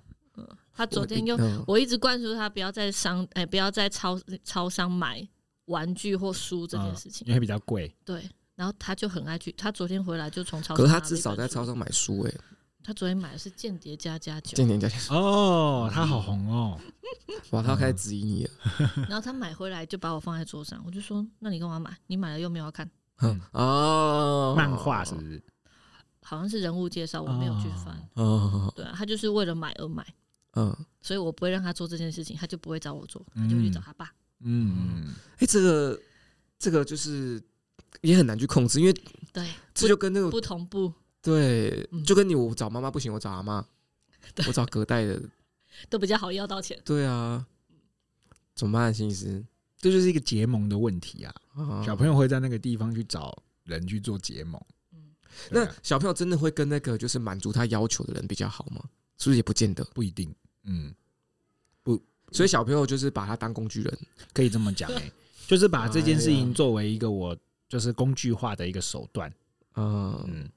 C: 他昨天又
B: 嗯
C: 我一直灌输他不要在商哎、不要在超超商买玩具或书这件事
A: 哦
C: 情。
B: 嗯
A: 因为比较贵，
C: 对，然后他就很爱去，他昨天回来就从超商。
B: 可是他至少在超，商买书哎、
C: 他昨天买的是《间谍加加酒
B: 今》，年家
A: 哦，他好红哦，
B: 哇，他要开始质疑你了。
C: 然后他买回来就把我放在桌上，我就说：“那你干嘛买？你买了又没有要看，
B: 嗯哦，
A: 漫画是不是？
C: 好像是人物介绍，我没有去翻。
B: 哦，
C: 对啊，他就是为了买而买，
B: 嗯，
C: 所以我不会让他做这件事情，他就不会找我做，他就会去找他爸。
A: 嗯，
B: 哎、这个这个就是也很难去控制，因为
C: 对，
B: 嗯这就跟那个
C: 不同步
B: 对
C: 嗯，
B: 就跟你我找妈妈不行，我找阿妈，
C: 对
B: 我找隔代的，
C: 都比较好要 到钱。
B: 对啊，怎么办，心理师
A: 这就是一个结盟的问题啊，
B: 啊？
A: 小朋友会在那个地方去找人去做结盟，
C: 嗯，
A: 对啊
B: 那小朋友真的会跟那个就是满足他要求的人比较好吗？是不是也不见得？
A: 不一定，嗯，
B: 所以小朋友就是把他当工具人，
A: 可以这么 讲哎，就是把这件事
B: 哎
A: 情
B: 呀
A: 作为一个我就是工具化的一个手段。
B: 嗯，
A: 嗯，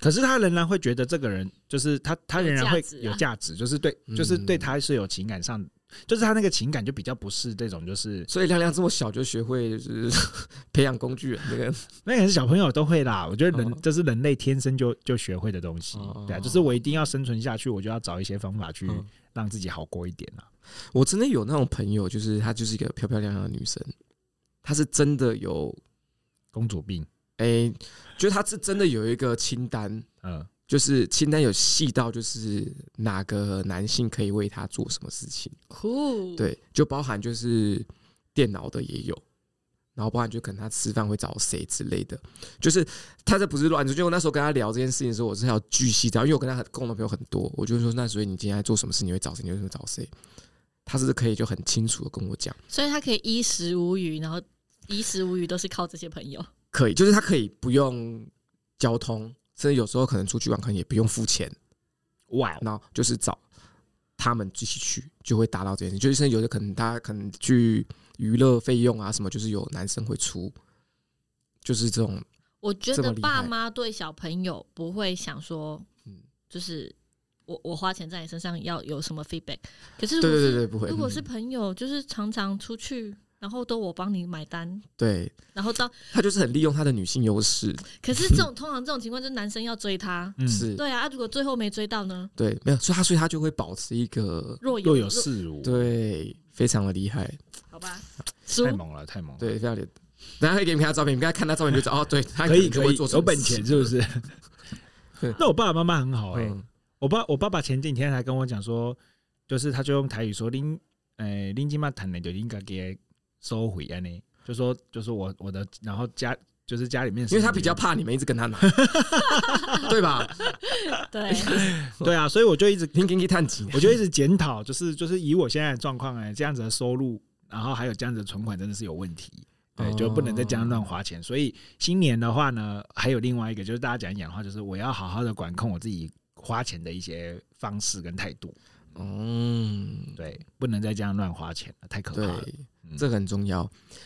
A: 可是他仍然会觉得这个人就是他，他仍然会
C: 有价值啊
A: 有价值，就是对，
B: 嗯
A: 就是对他是有情感上，就是他那个情感就比较不是这种，就是
B: 所以亮亮这么小就学会就是 培养工具人那个，
A: 那也是小朋友都会啦。我觉得人
B: 哦
A: 这是人类天生就就学会的东西
B: 哦，
A: 对啊，就是我一定要生存下去，我就要找一些方法去
B: 嗯
A: 让自己好过一点啦。
B: 我真的有那种朋友，就是她就是一个漂漂亮亮的女生，她是真的有
A: 公主病，
B: 哎、就他是真的有一个清单，
A: 嗯，
B: 就是清单有细到就是哪个男性可以为他做什么事情，
C: 酷，，
B: 对，就包含就是电脑的也有，然后包含就可能他吃饭会找谁之类的，就是他这不是乱说。就我那时候跟他聊这件事情的时候，我是还有巨细找，因为我跟他很共同朋友很多，我就说那所以你今天在做什么事，你会找谁，你会找谁，他是可以就很清楚的跟我讲。
C: 所以他可以衣食无虞，然后衣食无虞都是靠这些朋友。
B: 可以，就是他可以不用交通，甚至有时候可能出去玩，可能也不用付钱，
A: 哇哦，
B: 然后就是找他们一起去，就会达到这件事。就是甚至有的可能他可能去娱乐费用啊什么，就是有男生会出，就是这种
C: 我觉
B: 这么
C: 得
B: 厉
C: 爸
B: 害
C: 妈对小朋友不会想说
B: 嗯，
C: 就是我我花钱在你身上要有什么 feedback。可是
B: 对
C: 如
B: 对对
C: 果是
B: 对，不会。
C: 如果
B: 嗯
C: 是朋友，就是常常出去，然后都我帮你买单，
B: 对
C: 然后到
B: 他就是很利用他的女性优势，
C: 可是这种通常这种情况就是男生要追她，
A: 嗯，
B: 是
C: 对啊，啊如果最后没追到呢？
B: 对，没有，所以他所以他就会保持一个
C: 若有
A: 若有似无，，
B: 对非常的厉害，
C: 好吧，
A: 太
C: 输
A: 猛了，太猛了，
B: 对非常的。等下可以给你们看他照片，你们刚才看他照片就知道哦，对，他
A: 可以
B: 能就
A: 可
B: 会
A: 以
B: 做，出
A: 有本钱是不是
B: 对？
A: 那我爸爸妈妈很好哎、
B: 嗯，
A: 我爸我爸爸前几天还跟我讲说，就是他就用台语说拎，诶拎金嘛谈的就应该给收回安呢，就说就说我我的，然后家就是家里面的事情，
B: 因为他比较怕你们一直跟 他拿，对吧？
C: 对，
A: 对啊，所以我就一直
B: 您给你探几，
A: 我就一直检讨，就是就是以我现在的状况哎，这样子的收入，然后还有这样子的存款，真的是有问题。
B: 哦
A: 对，就不能再这样乱花钱。所以新年的话呢，还有另外一个就是大家讲一讲的话，就是我要好好的管控我自己花钱的一些方式跟态度。
B: 嗯，
A: 对，不能再这样乱花钱了，太可怕
B: 对
A: 了。，嗯
B: 这个很重要。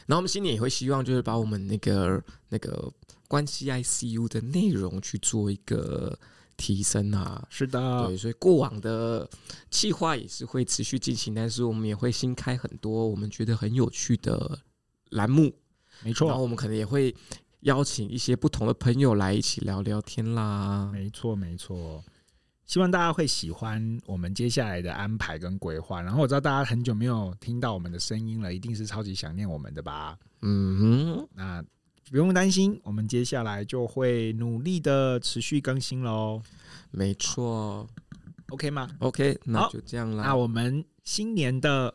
B: 然后我们新年也会希望，就是把我们那个那个关系 ICU 的内容去做一个提升啊。
A: 是的
B: 对，，所以过往的计划也是会持续进行，但是我们也会新开很多我们觉得很有趣的栏目，
A: 没
B: 然后
A: 错，
B: 我们可能也会邀请一些不同的朋友来一起聊聊天啦。
A: 没错，没错。希望大家会喜欢我们接下来的安排跟规划。然后我知道大家很久没有听到我们的声音了，一定是超级想念我们的吧？
B: 嗯哼，
A: 那不用担心，我们接下来就会努力的持续更新喽。
B: 没错。
A: OK 吗？
B: OK，那
A: 好
B: 就这样
A: 那
B: 啦。
A: 我们新年的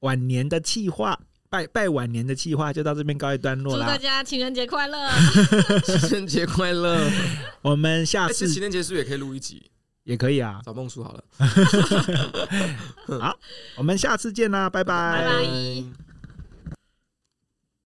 A: 晚年的计划，拜拜晚年的计划就到这边告一段落
C: 祝大
A: 啦。
C: 家情人节快乐，
B: 情人节快 乐！
A: 我们下
B: 哎其实情
A: 次
B: 人节是不是也可以录一集？
A: 也可以啊，
B: 找梦叔好了。
A: 我们下次见啦，拜
C: 拜拜。
B: 拜